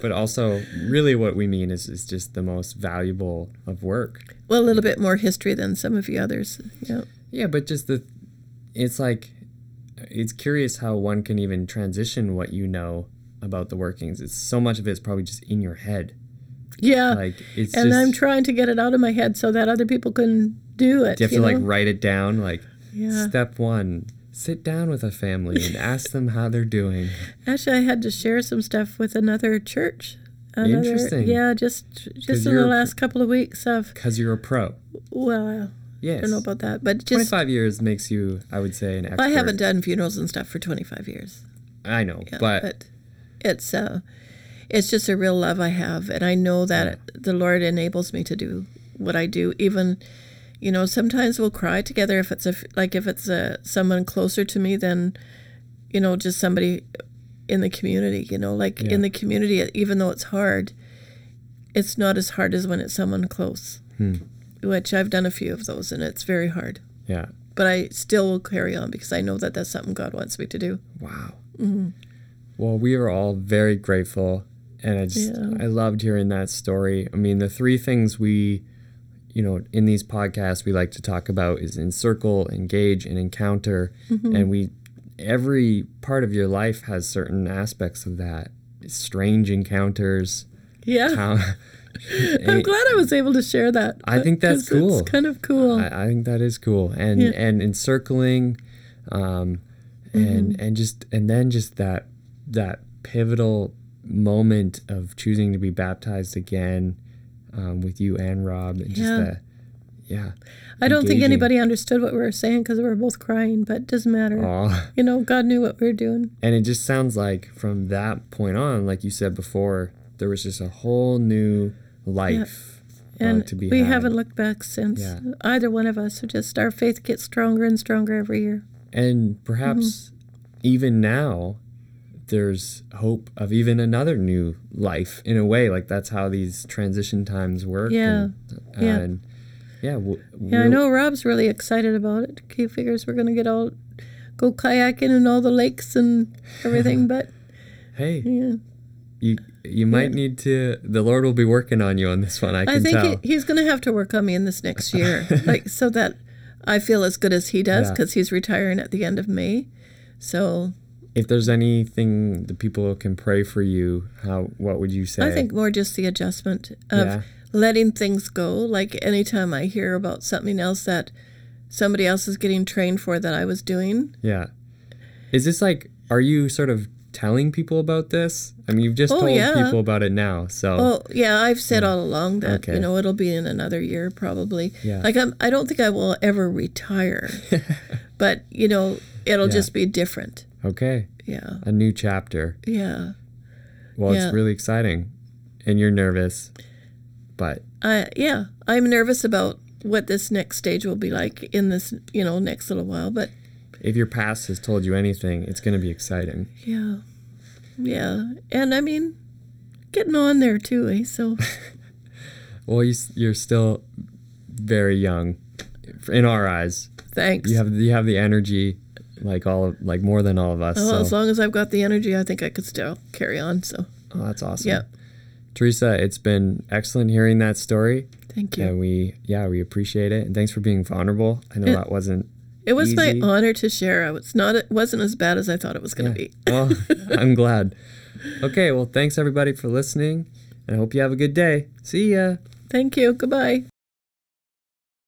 A: but also really what we mean is is just the most valuable of work.
B: well, a little bit more history than some of you others. Yeah,
A: Yeah, but just the it's like it's curious how one can even transition what you know about the workings. It's so much of it's probably just in your head.
B: yeah,
A: Like it's
B: and
A: just
B: I'm trying to get it out of my head so that other people can do it.
A: Do you have
B: you
A: to like
B: know?
A: write it down? Like,
B: Yeah.
A: step one, sit down with a family and ask them how they're doing.
B: Actually, I had to share some stuff with another church. Another,
A: Interesting.
B: Yeah, just just in the
A: you're-
B: last couple of weeks of
A: Because you're a pro.
B: well, I
A: Yes.
B: don't know about that, but just
A: 25 years makes you, I would say, an expert.
B: I haven't done funerals and stuff for 25 years,
A: I know,
B: Yeah,
A: but,
B: it's uh, it's just a real love I have, and I know that the Lord enables me to do what I do. Even, you know, sometimes we'll cry together if it's a f- like if it's a someone closer to me than, you know, just somebody in the community. You know, like in the community, even though it's hard, it's not as hard as when it's someone close. Which I've done a few of those, and it's very hard.
A: yeah.
B: But I still will carry on because I know that that's something God wants me to do.
A: Wow. Well, we are all very grateful. And I just,
B: Yeah.
A: I loved hearing that story. I mean, the three things we, you know, in these podcasts we like to talk about is encircle, engage, and encounter. And we, every part of your life has certain aspects of that. Strange encounters,
B: Yeah.
A: how
B: I'm glad I was able to share that.
A: I think that's
B: 'cause
A: cool.
B: It's kind of cool.
A: I, I think that is cool. And
B: Oh. Yeah.
A: and encircling, um,
B: Mm-hmm.
A: and and just and then just that that pivotal moment of choosing to be baptized again um, with you and Rob and just
B: Yeah.
A: that yeah.
B: I don't think
A: engaging.
B: anybody understood what we were saying because we were both crying, but it doesn't matter.
A: Aw.
B: You know, God knew what we were doing.
A: And it just sounds like from that point on, like you said before, there was just a whole new life uh,
B: And
A: to be
B: we
A: had.
B: haven't looked back since
A: Yeah.
B: either one of us. So just our faith gets stronger and stronger every year.
A: And
B: Mm-hmm.
A: perhaps even now, there's hope of even another new life in a way. Like that's how these transition times work.
B: Yeah.
A: And, uh,
B: Yeah.
A: And yeah. W-
B: Yeah, I
A: we'll-
B: know Rob's really excited about it. He figures we're going to get all go kayaking and all the lakes and everything, but
A: Hey,
B: yeah.
A: you you might need to. The Lord will be working on you on this one. I can
B: I think
A: tell.
B: he, he's going to have to work on me in this next year, like so that I feel as good as he does
A: Yeah.
B: because he's retiring at the end of May. So
A: if there's anything the people can pray for you, how what would you say?
B: I think more just the adjustment of
A: Yeah.
B: letting things go. Like anytime I hear about something else that somebody else is getting trained for that I was doing.
A: Yeah. Is this like? Are you sort of telling people about this? I mean, you've just
B: Oh,
A: told
B: yeah.
A: people about it now. So.
B: Oh yeah, I've said all along that
A: Okay.
B: you know it'll be in another year probably.
A: Yeah.
B: Like I'm, I don't think I will ever retire, but you know it'll just be different.
A: Okay.
B: Yeah,
A: A new chapter.
B: yeah.
A: Well,
B: Yeah.
A: it's really exciting, and you're nervous, but
B: I yeah, I'm nervous about what this next stage will be like in this you know next little while, but
A: if your past has told you anything, it's going to be exciting.
B: Yeah. Yeah. And I mean, getting on there too, eh? So,
A: Well, you, s- you're still very young, in our eyes.
B: thanks.
A: You have you have the energy, like all of, like more than all of us.
B: Oh, well,
A: so
B: as long as I've got the energy, I think I could still carry on. So,
A: oh, that's awesome.
B: yeah.
A: Teresa, it's been excellent hearing that story,
B: Thank you.
A: and we yeah we appreciate it, and thanks for being vulnerable. I know that wasn't.
B: it was
A: easy.
B: my honor to share. I was not, it wasn't as bad as I thought it was going to be.
A: Well, I'm glad. Okay, well, thanks everybody for listening, and I hope you have a good day. See ya.
B: Thank you. Goodbye.